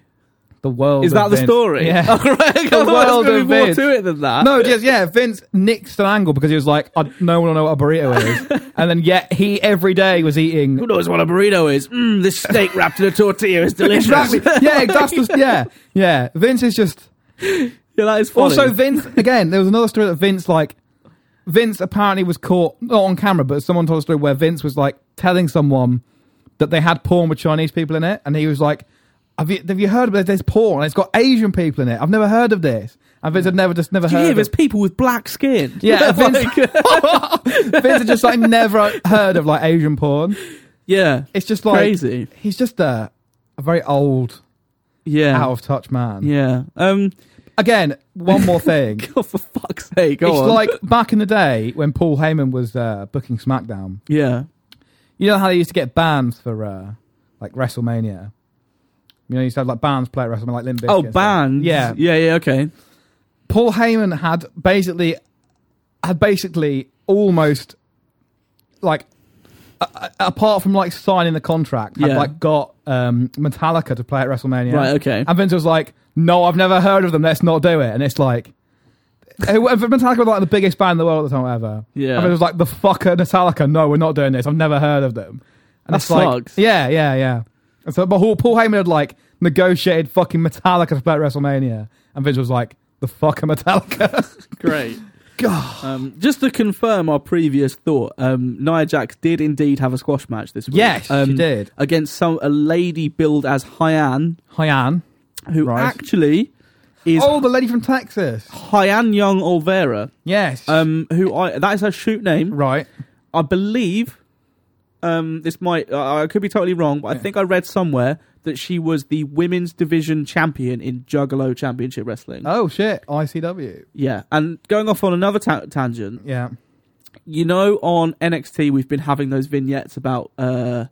The world
Is
of
that the
Vince-
story?
[LAUGHS] Yeah.
[LAUGHS] All right. I thought there
world
was gonna
of
be more
Vince.
to it than that.
No, just yeah. Vince nixed an angle because he was like, I, "No one will know what a burrito is," and then yet he every day was
Who
eating.
knows what a burrito is? Mmm, this steak wrapped in a tortilla
[LAUGHS]
is delicious.
Exactly. Yeah, that's the, yeah, yeah. Vince is just.
[LAUGHS] Yeah, that is funny.
Also, Vince again. There was another story that Vince like. Vince apparently was caught not on camera, but someone told a story where Vince was like telling someone that they had porn with Chinese people in it, and he was like, "Have you have you heard of this? There's porn. and It's got Asian people in it. I've never heard of this." And Vince had never
[LAUGHS]
just never
Do you
heard.
hear
of
there's people with black skin? [LAUGHS]
Yeah, Vince,
Like, uh,
Vince had just like never heard of like Asian porn.
yeah.
It's just like
Crazy.
he's just a, a very old,
Yeah.
out of touch man.
Yeah. Um.
Again, one more thing. it's
[LAUGHS] God, for fuck's sake. Go on.
like back in the day when Paul Heyman was uh, booking SmackDown.
yeah.
You know how they used to get bands for uh, like WrestleMania. You know, you used to have like bands play at WrestleMania, like Limp Bizkit
Oh,
and stuff.
bands.
Yeah,
Yeah. Yeah. Okay.
Paul Heyman had basically had basically almost like a- a- apart from like signing the contract, had
Yeah.
like got um, Metallica to play at WrestleMania.
Right. Okay.
And Vince was like, "No, I've never heard of them. Let's not do it." And it's like. it- Metallica was like the biggest band in the world at the time ever.
Yeah.
and it was like the fucker Metallica. No, we're not doing this. I've never heard of them. And
That
it's like,
sucks.
yeah, yeah, yeah. And so, but Paul Paul Heyman had like negotiated fucking Metallica to play at WrestleMania, and Vince was like, "The fucker
[LAUGHS]
Metallica." [LAUGHS]
Great. God. Um, just to confirm our previous thought, um, Nia Jax did indeed have a squash match this week.
Yes, she
um,
did.
Against some a lady billed as Hyan,
Hyan.
who
Right.
actually is
Oh, the lady from Texas.
Hyan Young Olvera,
Yes.
um, who I that is her shoot name.
right.
I believe um, this might I I could be totally wrong, but I
Yeah.
think I read somewhere that she was the women's division champion in Juggalo Championship Wrestling.
Oh shit! ICW.
Yeah, and going off on another ta- tangent,
Yeah.
you know, on NXT we've been having those vignettes about uh,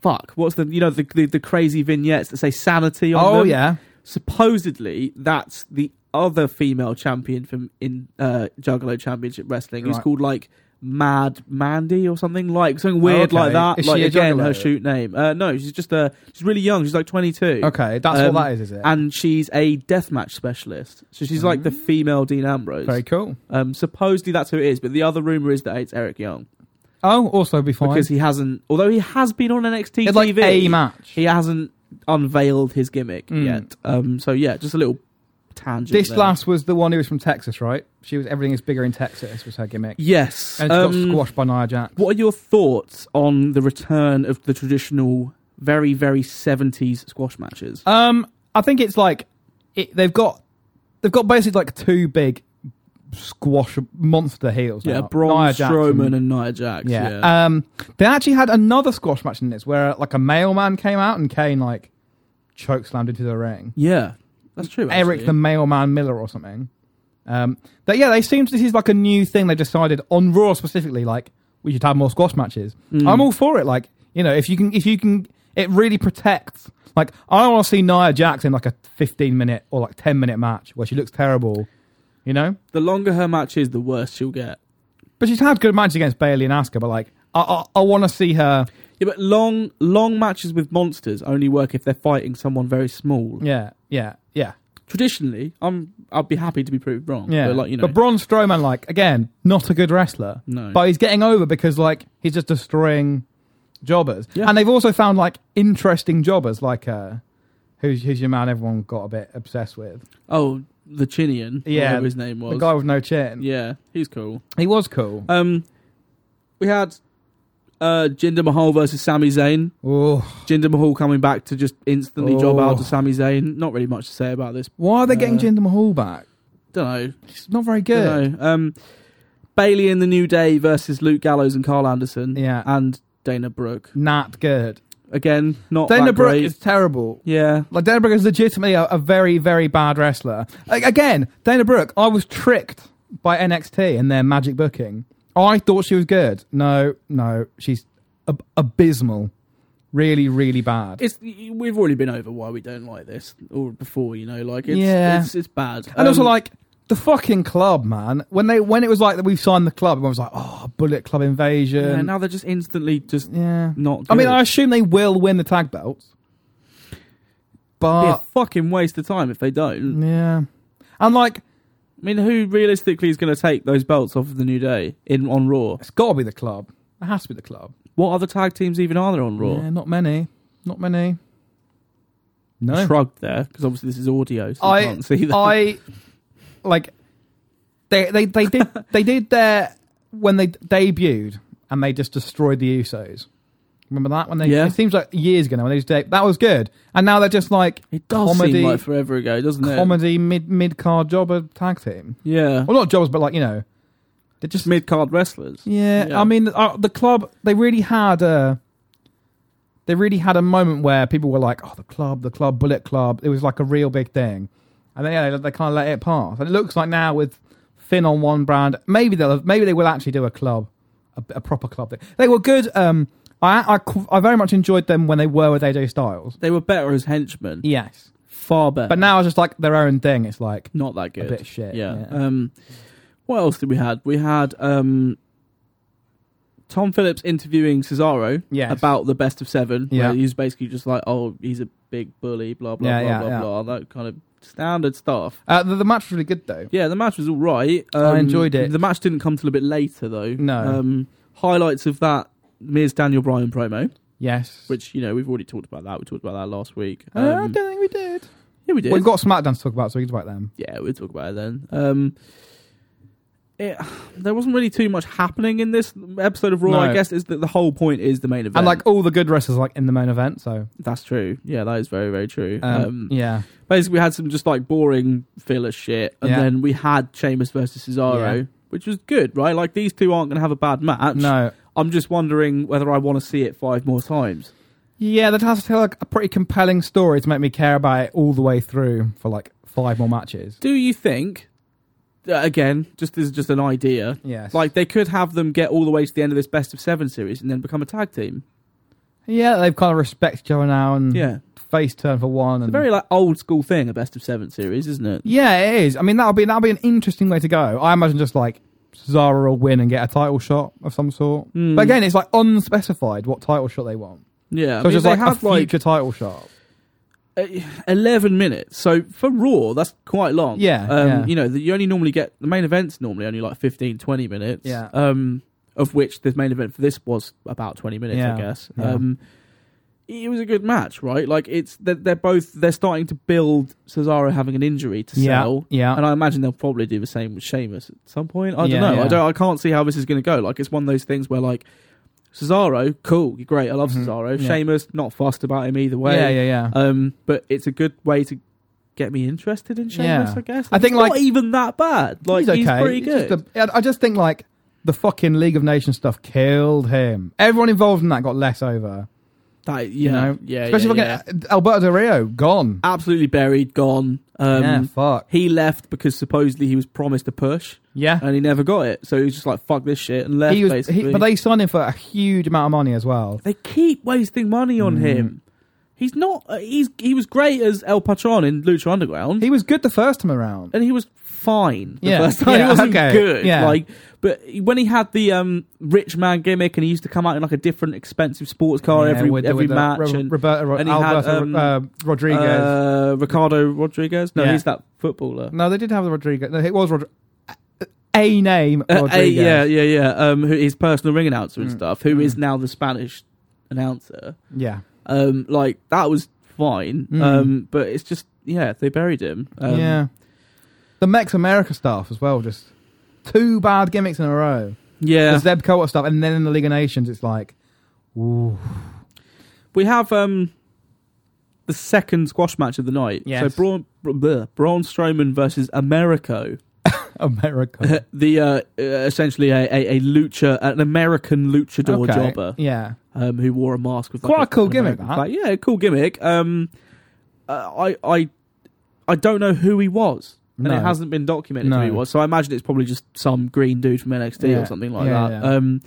fuck, what's the you know the the, the crazy vignettes that say sanity on
Oh
them?
yeah.
supposedly that's the other female champion from in uh, Juggalo Championship Wrestling who's
Right.
called like Mad Mandy or something like something weird
Okay.
like that.
Is
like
she a
again, her
juggalo?
shoot name. Uh, no, she's just uh, she's really young. She's like twenty two.
Okay, that's
Um,
what that is, is it?
And she's a deathmatch specialist, so she's like the female Dean Ambrose.
Mm. Very cool.
Um, supposedly that's who it is, but the other rumor is that it's Eric Young
Oh, also be fine.
because he hasn't. Although he has been on NXT
it's
TV,
like a match.
he hasn't unveiled his gimmick
Mm.
yet. Um, so yeah, just a little tangent.
This
there.
last was the one who was from Texas, right? She was everything is bigger in Texas was her gimmick,
yes.
and she
um,
got squashed by Nia Jax.
What are your thoughts on the return of the traditional, very very seventies squash matches?
Um, I think it's like it, they've got they've got basically like two big squash monster heels.
yeah,
now.
Braun
Nia Jax
Strowman and Nia Jax. Yeah,
yeah. Um, they actually had another squash match in this where like a mailman came out and Kane like choke slammed into the ring.
Yeah, that's true.
Eric the
actually.
Mailman Miller or something. Um, but yeah, they seem to, this is like a new thing they decided on Raw specifically. Like we should have more squash matches.
Mm.
I'm all for it. Like you know, if you can, if you can, it really protects. Like I want to see Nia Jax in like a 15 minute or like 10 minute match where she looks terrible, you know.
the longer her match is, the worse she'll get.
But she's had good matches against Bailey and Asuka. But like I, I, I want to see her.
Yeah, but long long matches with monsters only work if they're fighting someone very small.
Yeah, yeah, yeah,
Traditionally, I'm I'd be happy to be proved wrong.
yeah.
but like you know,
but Braun Strowman, like again, not a good wrestler.
no,
but he's getting over because like he's just destroying jobbers
Yeah.
and they've also found like interesting jobbers like uh who's who's your man everyone got a bit obsessed with
oh the Chinian,
Yeah,
whatever his name was.
the guy with no chin
Yeah, he's cool.
he was cool
Um, we had uh, Jinder Mahal versus Sami Zayn.
oh
Jinder Mahal coming back to just instantly job
Oh.
out to Sami Zayn. Not really much to say about this.
why are they getting
Uh,
Jinder Mahal back
Don't know.
he's not very good
Um, Bailey and the New Day versus Luke Gallows and Carl Anderson.
yeah
and Dana Brooke
not good
again. Not
Dana
that
Brooke
great.
is terrible
yeah.
like Dana Brooke is legitimately a, a very very bad wrestler like, again Dana Brooke I was tricked by NXT and their magic booking I thought she was good no no she's ab- abysmal really really bad
It's we've already been over why we don't like this or before you know like it's
Yeah.
it's, it's bad
and also
Um,
like the fucking club man when they when it was like that we've signed the club everyone was like oh Bullet Club Invasion
yeah, now they're just instantly just
yeah.
not. Good.
I mean I assume they will win the tag belts
be a
but
fucking waste of time if they don't.
yeah and like
I mean, who realistically is going to take those belts off of the New Day in on Raw?
it's gotta be the club it has to be the club
What other tag teams even are there on Raw?
Yeah, not many. Not many.
I
No.
Shrugged there because obviously this is audio, so
I-
you can't see that.
I like they they they [LAUGHS] did they did their when they debuted and they just destroyed the Usos. Remember that when they?
Yeah.
It seems like years ago now when they just de- that was good, and now they're just like
it does
comedy-
seem like forever ago, doesn't it?
comedy mid mid card jobber tag team.
Yeah,
Well, not jobbers, but like you know, they're just
just mid card wrestlers.
yeah,
Yeah.
I mean, uh, the club they really had a they really had a moment where people were like, "Oh, the club, the club, Bullet Club." It was like a real big thing, and then yeah, they, they kind of let it pass. And it looks like now with Finn on one brand, maybe they'll maybe they will actually do a club, a, a proper club thing. They were good. Um, I, I qu- I very much enjoyed them when they were with AJ Styles.
They were better as henchmen,
Yes,
far better,
but now it's just like their own thing. It's like
not that
a
good.
bit shit.
yeah. Um, what else did we had? We had um, Tom Phillips interviewing Cesaro
Yes.
about the best of seven.
Yeah.
where he's basically just like, oh, he's a big bully, blah blah
Yeah,
blah
yeah,
blah
yeah.
blah, that kind of standard stuff.
uh, the, the match was really good though.
Yeah, the match was all right. Um,
I enjoyed it.
The match didn't come till a bit later though.
No.
Um, highlights of that Miz Daniel Bryan promo,
Yes,
which you know we've already talked about that. We talked about that last week.
Uh, I
Um,
don't think we did.
yeah, we did.
We've got SmackDown to talk about, so we can talk about them.
yeah, we'll talk about it then. Um, it, there wasn't really too much happening in this episode of Raw.
No.
I guess is that the whole point is the main event.
And like all the good wrestlers, like in the main event. So
that's true. Yeah, that is very very true.
um,
um,
yeah,
basically we had some just like boring filler shit, and
Yeah.
then we had Sheamus versus Cesaro,
Yeah.
which was good, right? Like these two aren't going to have a bad match.
no,
I'm just wondering whether I want to see it five more times.
Yeah, that has to tell a, a pretty compelling story to make me care about it all the way through for like five more matches.
Do you think? uh, Again, just this is just an idea.
Yes.
Like they could have them get all the way to the end of this best of seven series and then become a tag team.
yeah, they've kind of respect each other now and
Yeah,
face turn for
it's
one.
a
And
very like old school thing, a best of seven series, isn't it?
yeah, it is. I mean, that'll be that'll be an interesting way to go. I imagine just like Cesaro will win and get a title shot of some sort.
Hmm.
But again, it's like unspecified what title shot they want.
Yeah, I
So
mean,
it's just
they
like a
have like
future title shot.
uh, eleven minutes. So for Raw, that's quite long.
Yeah,
um,
yeah.
you know, the, you only normally get the main events normally only like 15, 20 minutes.
Yeah.
um, of which the main event for this was about twenty minutes,
Yeah,
I guess.
yeah.
Um, it was a good match, right? Like it's they're, they're both they're starting to build Cesaro having an injury to sell.
yeah,
And I imagine they'll probably do the same with Sheamus at some point. I
Uh,
don't
Yeah,
know. I
yeah.
don't. I can't see how this is going to go. Like it's one of those things where like Cesaro, cool, you're great. I love
Mhm,
Cesaro.
yeah.
Sheamus, not fussed about him either way.
yeah, yeah, yeah.
Um, but it's a good way to get me interested in Sheamus.
Yeah.
I guess.
I think,
He's not
like-
even that bad. Like he's, pretty
It's
good.
just a- I I just think like the fucking League of Nations stuff killed him. Everyone involved in that got less over.
That-
you
yeah,
know,
yeah,
Especially
yeah, yeah.
fucking Alberto Del Rio gone.
absolutely buried, gone. Um,
yeah, fuck.
He left because supposedly he was promised a push
Yeah.
and he never got it. So he was just like, "Fuck this shit," and left.
He was,
basically.
he, but they signed him for a huge amount of money as well.
They keep wasting money on
Mm.
him. He's not. Uh, he's he was great as El Patron in Lucha Underground,
He was good the first time around.
and he was fine the
Yeah,
first time.
yeah,
he wasn't
okay,
good.
yeah.
Like, but when he had the um, rich man gimmick, and he used to come out in like a different expensive sports car
Yeah,
every
with the-
every
with the
match,
Ro-
and uh,
Roberto,
and he had,
Alberto
um,
uh, Rodriguez.
uh, Ricardo Rodriguez. No,
Yeah.
he's that footballer.
no, they did have the Rodriguez. No, it was Rodriguez. A name
Uh,
Rodriguez.
uh, yeah, yeah, yeah. Um, who, his personal ring announcer and
Mm.
stuff, Who is
Mm.
now the Spanish announcer.
yeah.
Um, like that was fine.
Mm.
Um, but it's just yeah, they buried him. Um,
yeah. The Mex America stuff as well, just two bad gimmicks in a row.
yeah.
The Zeb Coa stuff, and then in the League of Nations, it's like, ooh. [LAUGHS]
We have um the second squash match of the night.
Yes.
So Braun Bra- bleh, Braun Strowman versus Americo. [LAUGHS]
America.
the uh, uh, essentially a, a, a lucha, an American luchador
Okay.
jobber
Yeah.
um, who wore a mask with like,
Quite a cool
an
gimmick,
American
that.
flag. Yeah, a cool gimmick. Um, uh, I I I don't know who he was. And
No.
it hasn't been documented who he
No.
was, so I imagine it's probably just some green dude from NXT
Yeah.
or something like
Yeah,
that.
yeah.
Um,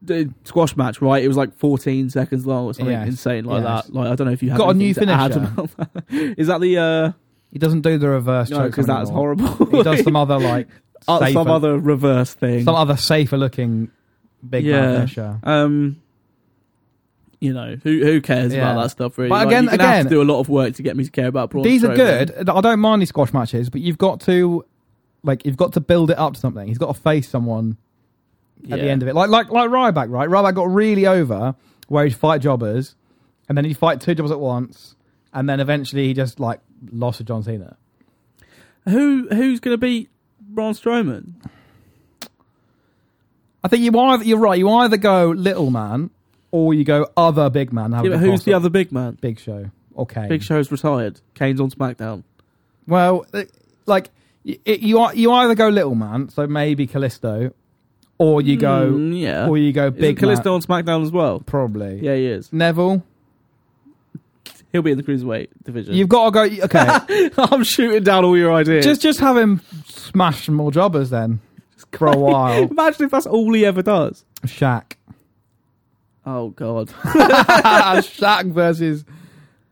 the squash match, right? It was like 14 seconds long or something
Yes.
insane like
Yes.
that. Like I don't know if you have
Got a
anything
new
to add
finisher.
about that. [LAUGHS] Is that the uh?
He doesn't do the reverse
No,
choke
because that's
anymore.
horrible.
He does
[LAUGHS]
some other, like,
Uh,
safer,
some other reverse thing.
some other safer looking big man
Yeah.
finisher.
um, you know who who cares
Yeah.
about that stuff really?
But
Like,
again-
you can have
again-
to do a lot of work to get me to care about Braun
These are
Strowman.
good. I don't mind these squash matches, but you've got to, like, you've got to build it up to something. He's got to face someone at the
Yeah.
end of it. Like, like, like Ryback, right? Ryback got really over where he'd fight jobbers, and then he'd fight two jobbers at once, and then eventually he just, like, lost to John Cena.
Who who's going to beat Braun Strowman?
I think you either you're right. You either go little man or you go other big man. Have
Yeah,
a
but
big
who's the
cross-up.
other big man?
big show? Okay,
Big Show's retired. Kane's on SmackDown.
Well, th- like y- it, you are you either go little man, so maybe Callisto, or you go
Mm, yeah.
or you go
Is
big
Callisto
man,
on SmackDown as well?
probably.
Yeah, he is.
Neville,
He'll be in the cruiserweight division. [LAUGHS]
you've got to go. Okay,
I'm shooting down all your ideas.
just just have him smash some more jobbers then for a
[LAUGHS]
while.
[LAUGHS] imagine if that's all he ever does.
Shaq, [LAUGHS]
Oh [LAUGHS] God.
Shaq versus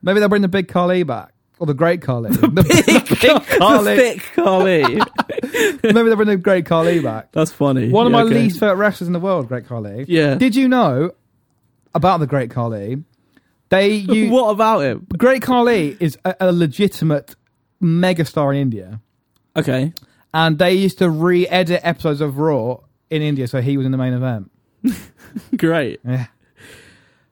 maybe they'll bring the big Carly back or the great Carly. [LAUGHS] The, big,
[LAUGHS] The thick [LAUGHS] Carly.
Maybe they'll bring the Great Khali back.
that's funny.
One of
Yeah,
my
okay.
least favorite wrestlers in the world, Great Khali.
Yeah.
Did you know about the Great Khali? They
[LAUGHS]
you
what about him?
Great Khali is a, a legitimate megastar in India,
Okay. [LAUGHS]
and they used to re-edit episodes of Raw in India, so he was in the main event.
Great.
Yeah,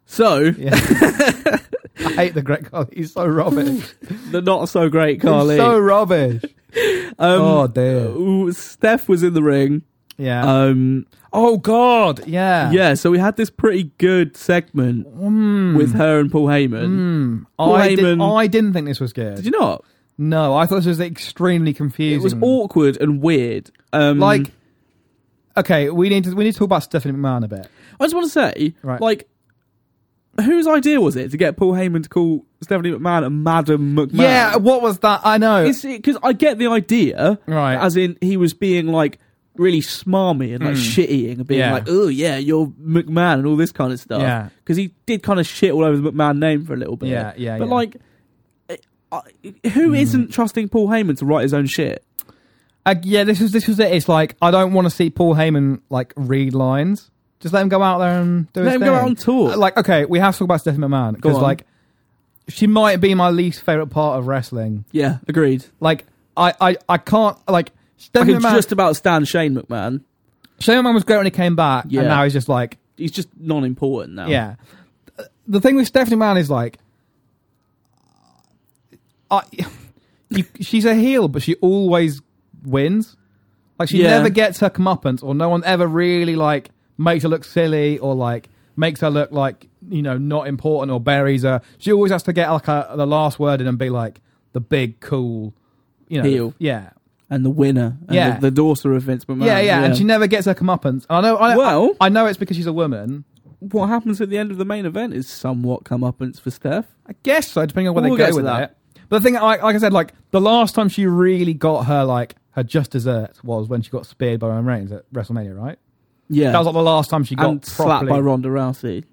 So
yeah. I hate the Great Khali. He's so rubbish.
the not so great Carly.
He's so rubbish.
Um,
oh dear.
ooh, Steph was in the ring.
Yeah.
Um,
oh God. Yeah.
yeah, so we had this pretty good segment
Mm.
with her and Paul Heyman.
Mm.
Paul
I, did,
Heyman-
I didn't think this was good.
Did you not?
No, I thought this was extremely confusing.
It was awkward and weird. Um,
like, okay, we need to we need to talk about Stephanie McMahon a bit.
I just want to say,
Right.
like, whose idea was it to get Paul Heyman to call Stephanie McMahon a Madam McMahon?
Yeah, what was that? I know.
because I get the idea,
Right.
As in, he was being like really smarmy and like shit eating and being
Mm. Yeah.
like, "Oh yeah, you're McMahon" and all this kind of stuff.
Yeah.
because he did kind of shit all over the McMahon name for a little bit.
Yeah, yeah,
But
yeah. Hmm.
like, I- I- who not trusting Paul Heyman to write his own shit?
Uh, yeah, this is this was it. It's like I don't want to see Paul Heyman like read lines. Just let him go out there and do
Let
his
him
thing.
go out and talk.
Uh, Like, okay, we have to talk about Stephanie McMahon
Go
because
on.
like she might be my least favorite part of wrestling.
Yeah, agreed.
Like, I I, I can't like
I
Stephanie
can
McMahon.
just about stand Shane McMahon.
Stephanie McMahon was great when he came back,
Yeah.
and now he's just like
He's just non-important now.
Yeah. The thing with Stephanie Mann is like, I, you, she's a heel, but she always wins. Like she
Yeah.
never gets her comeuppance, or no one ever really like makes her look silly, or like makes her look like you know not important, or buries her. She always has to get like a, the last word in and be like the big cool, you know,
Heel.
Yeah,
and the winner. And
Yeah.
the, the daughter of Vince McMahon.
yeah, yeah, And she never gets her comeuppance. And I know, I,
Well-
I know it's because she's a woman.
what happens at the end of the main event is somewhat comeuppance for Steph.
I guess so, depending on where
We'll
they
get
go
to
with
that.
it. But the thing, like, like I said, like the last time she really got her like her just desserts was when she got speared by Roman Reigns at WrestleMania, right?
Yeah,
That was like the last time she got
and slapped
properly.
by Ronda Rousey.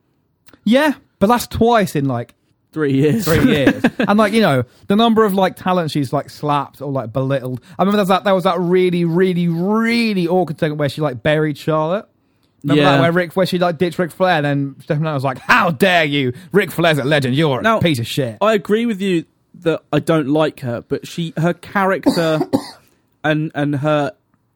Yeah, but that's twice in like
Three years. [LAUGHS]
three years, and like you know the number of like talent she's like slapped or like belittled. I remember there's that there was that really, really, really awkward segment where she like buried Charlotte. Remember
Yeah.
that where Rick, where she like ditched Ric Flair, and then Stephanie McMahon was like, "How dare you, Ric Flair's a legend. You're
Now-
a piece of shit."
I agree with you that I don't like her, but she her
[COUGHS]
character and and her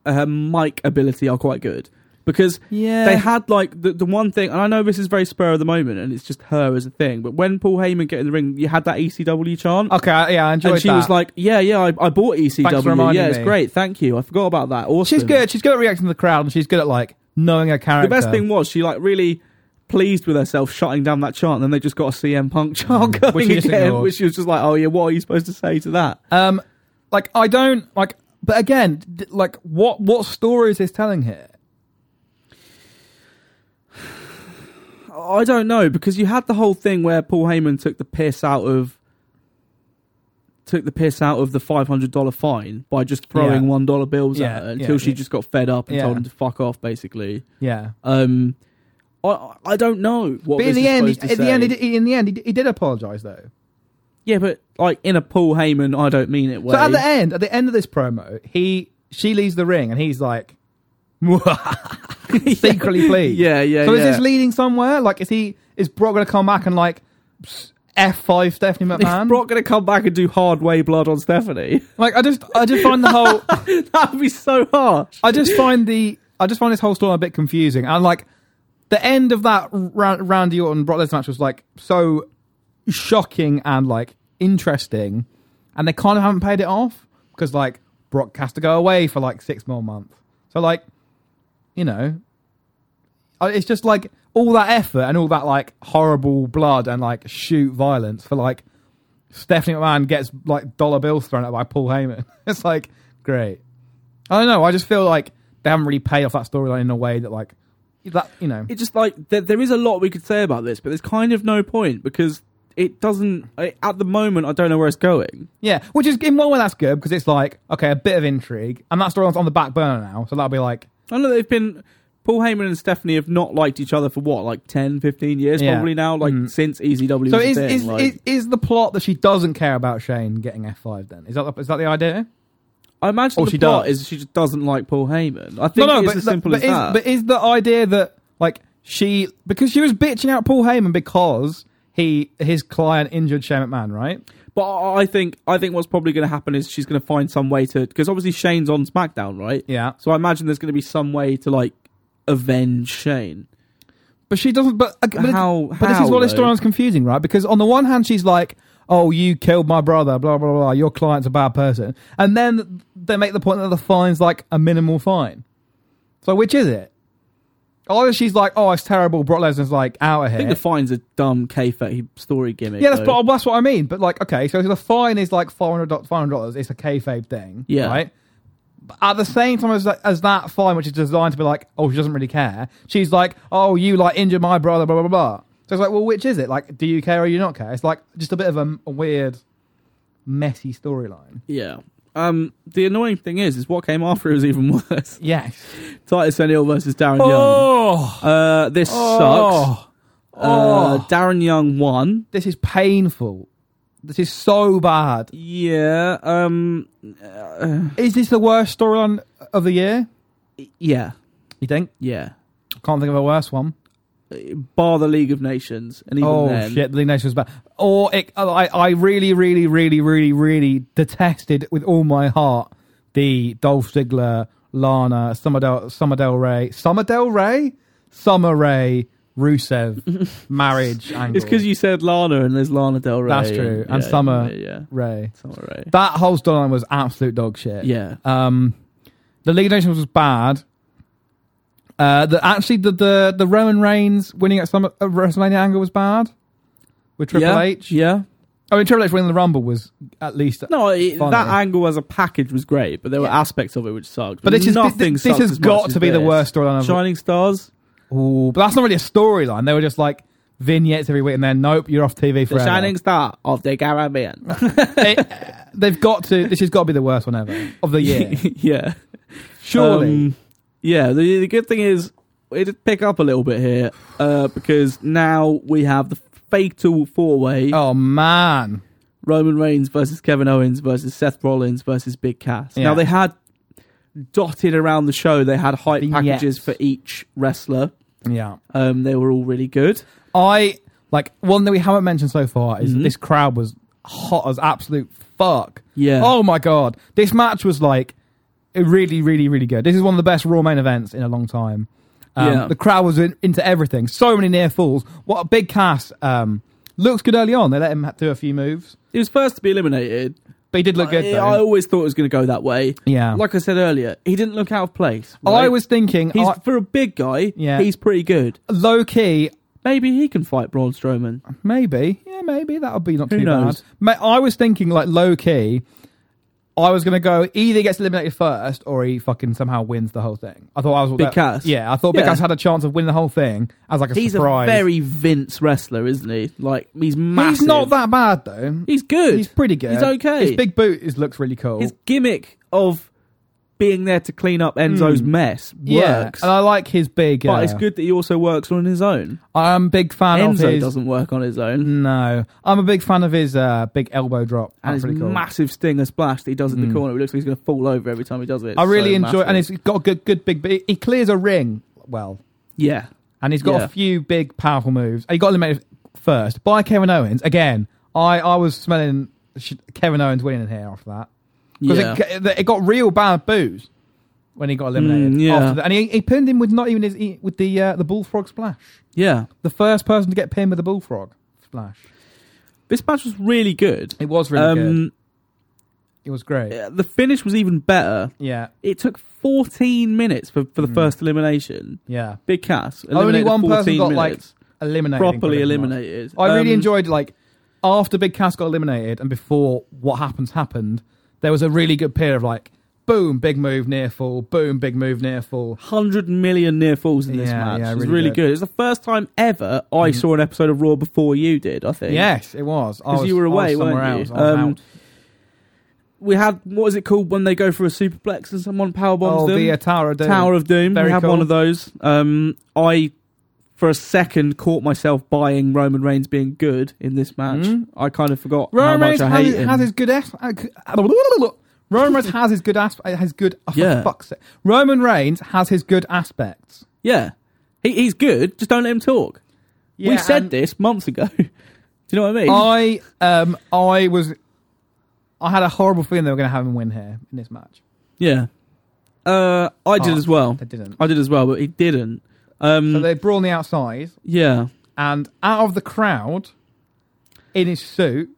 her mic ability are quite good because
Yeah.
they had like the, the one thing, and I know this is very spur of the moment, and it's just her as a thing. But when Paul Heyman get in the ring, you had that ECW chant.
okay, I- yeah, I enjoyed
And she
that.
was like, "Yeah, yeah, I, I bought
Thanks for
ECW.
reminding
Yeah, it's
me."
great. Thank you. I forgot about that. Awesome.
She's good. She's good at reacting to the crowd, and she's good at like knowing her character.
The best thing was she like really pleased with herself shutting down that chant, and then they just got a CM Punk chant going
Mm. Which she just
again,
ignored.
which she was just like, "Oh yeah, what are you supposed to say to that?"
um, like I don't like, but again, d- like what what story is this telling here?
I don't know because you had the whole thing where Paul Heyman took the piss out of took the piss out of the five hundred dollar fine by just throwing
Yeah.
one dollar bills
Yeah,
at her
yeah,
until she
yeah.
just got fed up and
Yeah.
told him to fuck off, basically.
Yeah,
Um, I I don't know what.
but in
this
the
is
end, he,
supposed to
in the
say.
end, he, did- in the end, he, did- he did apologize though.
yeah, but like in a Paul Heyman, I don't mean it. Way.
So at the end, at the end of this promo, he she leaves the ring, and he's like. [LAUGHS]
[LAUGHS]
secretly pleased.
Yeah, yeah,
So is
yeah. [LAUGHS]
this leading somewhere? Like, is he is Brock going to come back and like f five Stephanie
Is
McMahon?
Brock gonna come back and do hard way blood on Stephanie? [LAUGHS]
like, I just I just find the whole
That'd be so harsh.
I just find the I just find this whole story a bit confusing. And like the end of that Ra- Randy Orton Brock Lesnar match was like so shocking and like interesting, and they kind of haven't paid it off because like Brock has to go away for like six more months. So like, you know, I- it's just like all that effort and all that like horrible blood and like shoot violence for like Stephanie McMahon gets like dollar bills thrown out by Paul Heyman. [LAUGHS] It's like great. I don't know. I just feel like they haven't really paid off that storyline in a way that like that you know.
It's just like there, there is a lot we could say about this, but there's kind of no point because it doesn't. I, at the moment, I don't know where it's going.
Yeah, which is in one way that's good because it's like okay, a bit of intrigue, and that storyline's on the back burner now, so that'll be like
I know they've been Paul Heyman and Stephanie have not liked each other for what, like 10, 15 years
Yeah.
probably now, like
Mm.
since ECW.
so.
was a
Is
thing,
is,
like-
is is the plot that she doesn't care about Shane getting F five? Then is that the- is that the idea?
I imagine
or
the
Oh, she
plot
does.
is she just doesn't like Paul Heyman. I think it's
but,
as simple
but
as
is,
that.
But is the idea that like she because she was bitching out Paul Heyman because he his client injured Shane McMahon, right?
But I I think I think what's probably going to happen is she's going to find some way to because obviously Shane's on SmackDown, right?
Yeah,
So I imagine there's going to be some way to like avenge Shane.
but she doesn't. But, uh, but it-
How-
But this
how,
is what this
though?
storyline's confusing, right? Because on the one hand, she's like, "Oh, you killed my brother," blah blah blah. Your client's a bad person, and then they make the point that the fine's like a minimal fine. So which is it? Either she's like, "Oh, it's terrible," Brock Lesnar's like, "Out of here."
I think the fine's a dumb kayfabe story gimmick.
yeah, that's
though.
what, that's what I mean. But like, okay, so the fine is like five hundred dollars. It's a kayfabe thing,
Yeah.
right? But at the same time as that, as that fine, which is designed to be like, oh, she doesn't really care. She's like, oh, you like injured my brother, blah blah blah. blah. So So it's like, well, which is it? Like, do you care or you not care? It's like just a bit of a, a weird, messy storyline.
Yeah. Um, the annoying thing is, is what came after it was even [LAUGHS] worse.
Yes.
Titus O'Neil versus Darren
Oh,
Young. Uh, this sucks.
oh,
Uh,
oh.
Darren Young won.
this is painful. This is so bad.
Yeah. Um.
Is this the worst storyline of the year?
Yeah.
You think?
Yeah.
Can't think of a worse one.
Bar the League of Nations, and even
oh
then,
shit, the League Nation was bad. Or it, oh, I, I really, really, really, really, really detested with all my heart the Dolph Ziggler, Lana, Summer Del, Summer Del Rey, Summer Del Rey, Summer Ray, Rusev
[LAUGHS]
marriage angle.
it's because you said Lana, and there's Lana Del Rey.
That's true, and Summer.
Yeah. yeah.
Ray.
Summer Rae.
That whole storyline was absolute dog shit.
yeah.
Um, the League of Nations was bad. Uh, the actually the, the the Roman Reigns winning at some at WrestleMania angle was bad with Triple
yeah.
H.
Yeah.
I mean Triple H winning the Rumble was at least
No, it,
Funny.
that angle as a package was great, but there were
Yeah.
aspects of it which sucked.
But this is
nothing.
this,
sucks
this has
as much
got
as
to be the
this.
worst storyline. I've-
Shining Stars.
Ooh, but that's not really a storyline. They were just like vignettes every week, and then nope, you're off TV
The
forever.
Shining Star of the
[LAUGHS]
Caribbean.
they, they've got to. This has got to be the worst one ever of
[LAUGHS]
the year.
yeah.
Surely.
Um, yeah. The, the good thing is it did pick up a little bit here uh, because now we have the fatal four way:
oh man.
Roman Reigns versus Kevin Owens versus Seth Rollins versus Big Cass.
Yeah.
Now they had dotted around the show. They had hype packages
Vignettes.
for each wrestler.
Yeah.
Um, they were all really good.
I like one that we haven't mentioned so far is that
Mhm.
this crowd was hot as absolute fuck.
Yeah.
Oh my god, this match was like really, really, really good. This is one of the best Raw main events in a long time. Um,
Yeah.
The crowd was in, into everything. So many near falls. What a big cast. Um, looks good early on. They let him ha- do a few moves,
He was first to be eliminated.
but he did look good.
I, I
though.
always thought it was going to go that way.
yeah.
Like I said earlier, he didn't look out of place.
I
right?
was thinking,
He's
I-
for a big guy.
Yeah.
he's pretty good.
low key,
Maybe he can fight Braun Strowman.
Maybe, yeah, maybe that would be not
Who
too
knows?
bad. Ma- I was thinking like low key. I was gonna go either he gets eliminated first or he fucking somehow wins the whole thing. I thought I was uh,
Big Cass?
Yeah, I thought
Yeah.
Big Cass had a chance of winning the whole thing as like a
He's
surprise.
a very Vince wrestler, isn't he? Like he's massive.
He's not that bad though.
He's good.
He's pretty good.
He's okay.
His big boot is, looks really cool.
His gimmick of being there to clean up Enzo's mess
Hmm. yeah,
works.
and I like his big.
but
uh,
it's good that he also works on his own.
I'm a big fan of
Enzo
his.
doesn't work on his own.
No, I'm a big fan of his uh, big elbow drop.
And
That's
his
pretty cool.
massive stinger splash that he does in the corner. It looks like he's going to fall over every time he does it. It's
Mm. I really
so
enjoy,
massive.
and it's got a good, good big. He, he clears a ring well,
yeah.
and he's got
Yeah.
a few big, powerful moves. He got eliminated first by Kevin Owens again. I, I was smelling sh- Kevin Owens winning here after that because
Yeah.
it, it got real bad booze when he got eliminated.
Mm, yeah.
after that. and he, he pinned him with not even his he- with the uh, the bullfrog splash.
yeah.
The first person to get pinned with a bullfrog splash.
This match was really good.
It was really good. It was great.
Um, yeah, The finish was even better.
Yeah,
It took 14 minutes for, for the first elimination.
yeah.
Big Cass.
Mm. Only
eliminated
one
14
person got like
minutes,
eliminated.
properly
pretty much.
eliminated.
I really
Um,
enjoyed like after Big Cass got eliminated and before what happens happened, there was a really good period of like boom, big move near fall, boom, big move near fall.
100 million near falls in this
Yeah,
match.
yeah,
it was
really
really
good.
good. It's the first time ever I
Mhm.
saw an episode of Raw before you did, I think.
Yes, it was. I
'Cause
was-
you were
I was
away,
somewhere
weren't
else.
you?
I was
Um,
out.
We had, what is it called when they go for a superplex and someone powerbombs
Oh,
them?
the uh, Tower of Doom.
Tower of Doom.
Very
we had
cool.
one of those. Um, I, for a second, caught myself buying Roman Reigns being good in this match.
Mhm.
I kind of forgot
Roman Reigns
how much I hate
has,
him.
has his good ass. uh, Roman Reigns has his good ass. Has good. Oh, for
Yeah.
fuck's sake. Roman Reigns has his good aspects.
yeah, he, he's good. Just don't let him talk. we
Yeah,
said
and-
this months ago. [LAUGHS] Do you know what I mean?
I um I was I had a horrible feeling they were going to have him win here in this match.
yeah, uh, I did
Oh,
as well.
They didn't.
I did as well, but he didn't. Um,
So they brawl on the outside,
yeah,
and out of the crowd, in his suit,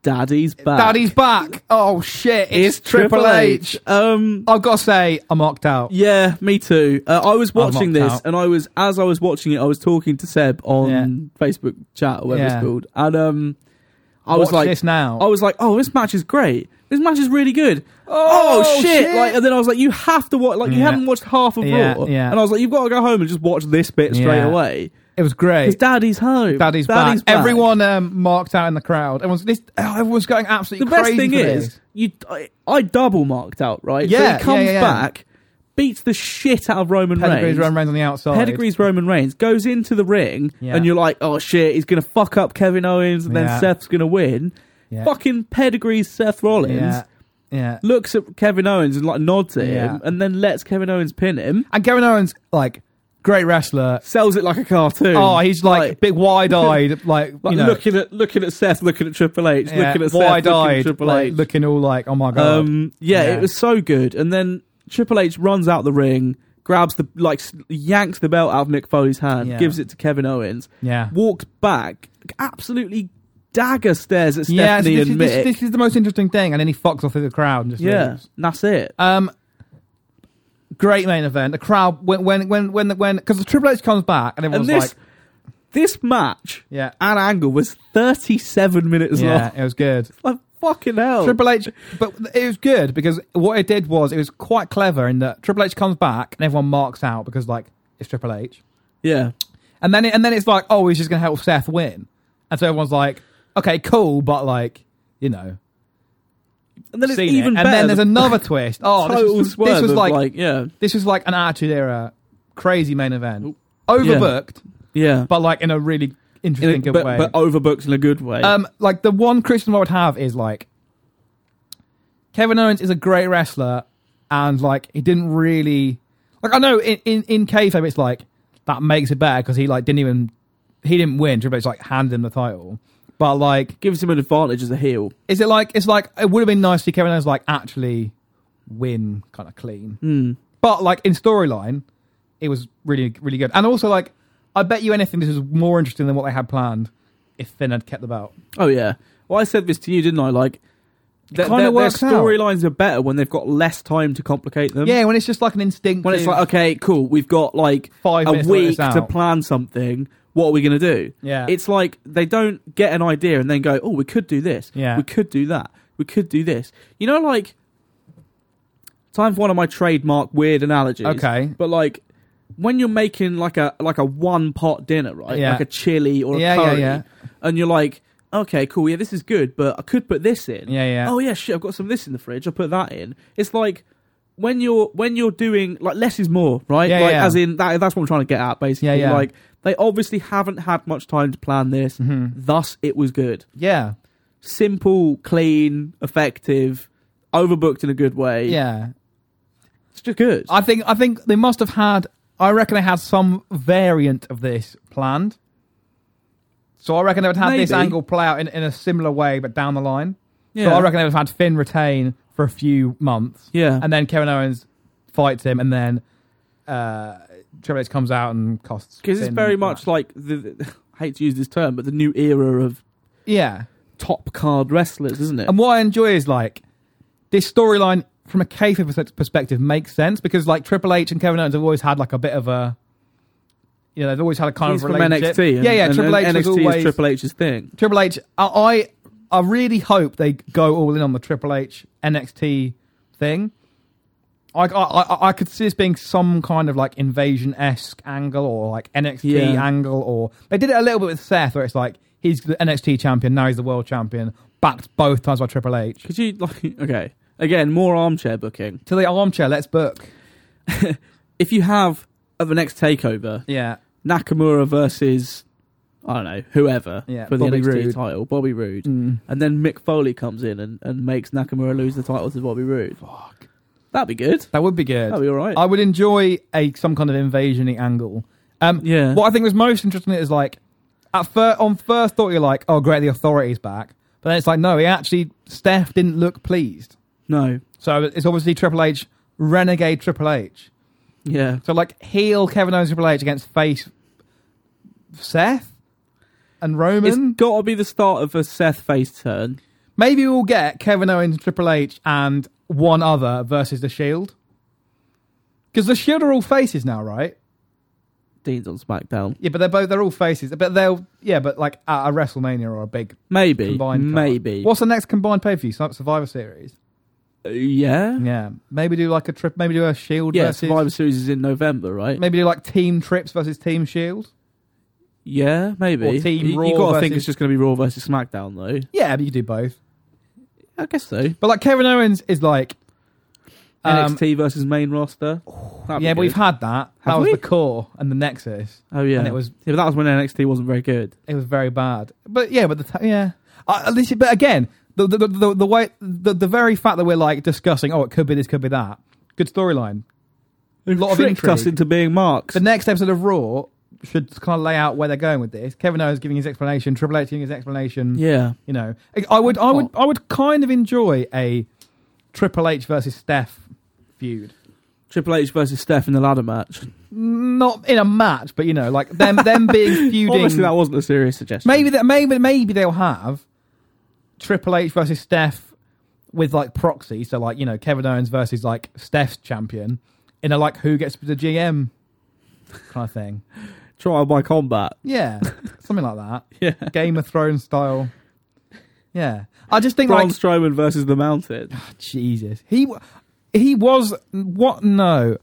Daddy's back.
Daddy's back. Oh shit! It's,
It's
Triple H.
Um,
have got to say, I marked out.
Yeah, me too. Uh, I was watching
knocked
this,
out.
and I was as I was watching it, I was talking to Seb on
Yeah.
Facebook chat or whatever
Yeah.
it's called, and um, I
Watch
was like,
this now.
I was like, oh, this match is great. this match is really good.
Oh,
shit.
shit.
Like, and then I was like, you have to watch. Like, you
Yeah.
haven't watched half of
Yeah,
Raw,
yeah.
and I was like, you've got to go home and just watch this bit straight
Yeah.
away.
It was
His
great.
daddy's home.
Daddy's, back. Everyone um, marked out in the crowd. Everyone's this, oh, everyone's going
The
absolutely
best
crazy
thing
for
is,
this.
you. I, I double marked out, right?
Yeah,
So he comes
yeah, yeah.
back, beats the shit out of Roman
Pedigree's
Reigns.
run around on the outside.
Pedigree's Roman Reigns goes into the ring,
Yeah.
and you're like, oh shit, he's gonna fuck up Kevin Owens, and then
Yeah.
Seth's gonna win.
Yeah.
Fucking Pedigree's Seth Rollins.
Yeah. Yeah.
Looks at Kevin Owens and like nods at
Yeah.
him, and then lets Kevin Owens pin him.
And Kevin Owens, like, great wrestler.
Sells it like a cartoon.
Oh, he's like,
Like-
a bit
[LAUGHS]
wide eyed, like,
Like,
you know,
looking at looking at Seth, looking at Triple H,
yeah,
looking at Seth,
wide
looking at
eyed,
Triple
like,
H.
looking all like, oh my god.
Um, yeah,
Yeah.
it was so good. And then Triple H runs out the ring, grabs the like, s- yanks the belt out of Mick Foley's hand,
Yeah.
gives it to Kevin Owens,
yeah.
walks back, absolutely dagger stares at
Yeah, so
Stephanie
this,
and
is,
Mick.
this, this is the most interesting thing, and then he fucks off through the crowd and just
yeah,
leaves.
and that's it.
Um, great main event. The crowd when when when when when because the Triple H comes back and
and
everyone's
this
like,
this match
yeah,
at Angle was thirty seven minutes
yeah,
long.
it
[LAUGHS]
was good.
Like fucking hell.
Triple H, but it was good because what it did was it was quite clever in that Triple H comes back and everyone marks out because like it's Triple H,
yeah,
and then it, and then it's like oh he's just gonna help Seth win, and so everyone's like okay cool but like you know
and then it's
seen it.
even
and
better.
then there's
the [LAUGHS]
another twist oh this
total
was,
swerve
this was
of,
like,
yeah,
this was like an Attitude Era crazy main event overbooked
yeah.
but like in a really
In a-
interesting good
but,
way.
but oh. overbooked in a good way.
um, like the one criticism I would have is like Kevin Owens is a great wrestler, and like he didn't really like I know in in in kayfabe it's like that makes it better because he like didn't even he didn't win. Triple H like handed him the title, but like
gives him an advantage as a heel.
is it like it's like it would have been nice to see Kevin Owens like actually win kind of clean,
Hmm.
but like in storyline it was really really good, and also like I bet you anything this was more interesting than what they had planned if Finn had kept the belt.
Oh yeah. Well, I said this to you, didn't I? Like, th-
kinda
their, their
works out.
storylines are better when they've got less time to complicate them.
Yeah, when it's just like an instinct.
When it's like, okay, cool, we've got like
Five
a
minutes to let
week
this
to
out.
plan something. What are we gonna do?
Yeah.
It's like they don't get an idea and then go, oh, we could do this.
Yeah.
We could do that. We could do this. You know, like. Time for one of my trademark weird analogies.
Okay.
But like. When you're making like a like a one pot dinner, right?
Yeah.
Like a chili or a
Yeah, yeah,
curry,
yeah.
and you're like, okay, cool, yeah, this is good, but I could put this in.
Yeah, yeah.
Oh yeah, shit, I've got some of this in the fridge. I'll put that in. It's like when you're when you're doing like less is more, right?
Yeah,
like
yeah.
as in that that's what I'm trying to get at basically.
Yeah, Mm-hmm. yeah.
Like they obviously haven't had much time to plan this. Thus it was good.
yeah,
Simple, clean, effective, overbooked in a good way.
yeah.
It's just good.
I think I think they must have had. I reckon they had some variant of this planned. So I reckon they would have this
Maybe.
angle play out in, in a similar way, but down the line.
yeah.
So I reckon they would have had Finn retain for a few months,
yeah.
[LAUGHS] and then Kevin Owens fights him, and then uh, Triple H comes out and costs.
Because it's
Finn
very
the
much
match.
like the, the [LAUGHS] I hate to use this term, but the new era of
yeah.
top card wrestlers, isn't it?
And what I enjoy is like this storyline from a kayfabe pers- perspective makes sense because like Triple H and Kevin Owens have always had like a bit of a, you know, they've always had a kind
He's
of
from
relationship.
NXT. And,
yeah, yeah.
and-
Triple
and
H was
NXT
always
is Triple H's thing.
Triple H. I, I I really hope they go all in on the Triple H NXT thing. I, I, I- I could see this being some kind of like invasion esque angle or like NXT
Yeah.
angle, or they did it a little bit with Seth, where it's like he's the NXT champion, now he's the world champion, backed both times by Triple H.
Could you like [LAUGHS] okay again more armchair booking?
to the armchair. Let's book.
If you have at the next takeover
Yeah,
Nakamura versus I don't know whoever
Yeah,
for the
Bobby
NXT
Roode.
title, Bobby Roode,
Mm.
and then Mick Foley comes in and, and makes Nakamura lose the title to Bobby Roode. Fuck, that'd be good.
that would be good.
That'd be all right.
I would enjoy a some kind of invasiony angle. Um,
Yeah.
What I think was most interesting is like, at fir- on first thought you're like, oh great, the authority's back, but then it's like, no, he actually Steph didn't look pleased.
no,
So it's obviously Triple H, renegade Triple H.
yeah,
So like heel Kevin Owens Triple H against face Seth and
it's
Roman.
got to be the start of a Seth face turn.
Maybe we'll get Kevin Owens, Triple H, and one other versus the Shield. Because the Shield are all faces now, right?
Dean's on SmackDown.
Yeah, but they're both they're all faces. But they'll yeah, but like at a WrestleMania or a big
Maybe,
combined. card.
maybe.
What's the next combined pay per view? Survivor Series.
Uh, yeah,
Yeah, maybe do like a trip. Maybe do a Shield
yeah.
Mm. E versus.
Survivor Series is in November, right?
Maybe do like team trips versus team Shield.
Yeah, maybe.
Or Team
you, you
Raw
gotta think
versus-
it's just going to be Raw versus SmackDown, though.
Yeah, but you do both.
I guess so.
But like Kevin Owens is like um,
NXT versus main roster. That'd be
Yeah, but we've
good.
had that. that
Have
was
we?
the core and the Nexus,
Oh yeah,
and it was
yeah, but that was when NXT wasn't very good.
it was very bad. But yeah, but the t- yeah, uh, at least. But again, the the, the the the way the the very fact that we're like discussing, oh, it could be this, could be that. Good storyline.
A
lot of
tricked us
intrigue.
into being marks.
The next episode of Raw should kind of lay out where they're going with this. Kevin Owens giving his explanation, Triple H giving his explanation.
yeah,
You know, I would, I would, I would kind of enjoy a Triple H versus Steph feud.
Triple H versus Steph in the ladder match.
Not in a match, but you know, like them,
[LAUGHS]
them being
Obviously, that
feuding.
wasn't a serious suggestion.
Maybe that, maybe, maybe they'll have Triple H versus Steph with like proxy. So like you know, Kevin Owens versus like Steph's champion in a like who gets the GM kind of thing.
trial by combat. [LAUGHS]
Yeah, something like that.
Yeah,
Game of Thrones style. Yeah, I just think
Braun
like
Strowman versus the Mountain.
Jesus, he w- he was what? No,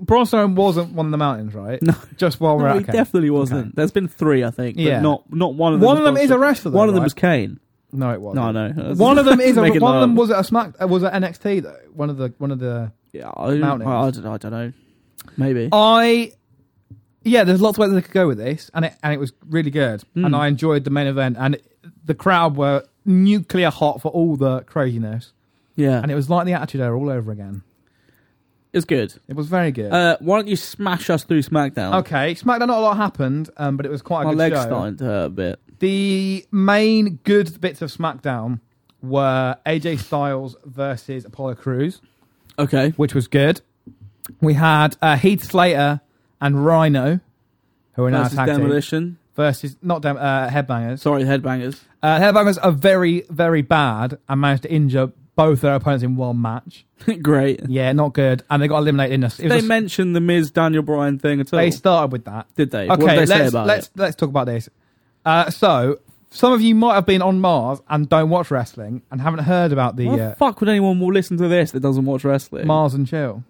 Braun Strowman wasn't one of the mountains, Oh, right?
No.
just while we're
No,
at
he definitely wasn't.
Okay.
There's been three, I think. But
Yeah.
not not one of them.
one of
was
them is a
Braun
wrestler.
Strowman. One
though,
of them was
right?
Kane.
no, it wasn't.
No, no. [LAUGHS]
One of them is a,
Making
one of them
that up.
was at a smack uh, was at NXT though. One of the one of the
Yeah, I,
Mountain.
I, I don't know. I don't know. Maybe.
I yeah, there's lots of ways they could go with this, and it and it was really good,
Hmm.
and I enjoyed the main event, and the crowd were nuclear hot for all the craziness,
yeah,
and it was like the Attitude Era all over again.
it's good.
It was very good.
Uh, why don't you smash us through SmackDown?
Okay, SmackDown. Not a lot happened, um, but it was quite a
My
good
leg's
show.
starting to hurt a bit.
The main good bits of SmackDown were AJ Styles versus Apollo Crews,
Okay.
which was good. We had uh, Heath Slater and Rhino, who are now
Versus
tag team,
Demolition.
versus not dem- uh, Headbangers.
Sorry, Headbangers. [LAUGHS]
Uh, headbangers are very, very bad and managed to injure both their opponents in one match.
Great.
Yeah, not good, and they got eliminated in a. It was
they
a s-
mentioned the Miz Daniel Bryan thing at all?
they started with that.
did they? what did
Okay,
they say
let's
about
let's
it?
let's talk about this. Uh, so, some of you might have been on Mars and don't watch wrestling and haven't heard about the
Why the
uh,
fuck would anyone will listen to this that doesn't watch wrestling?
Mars and Chill.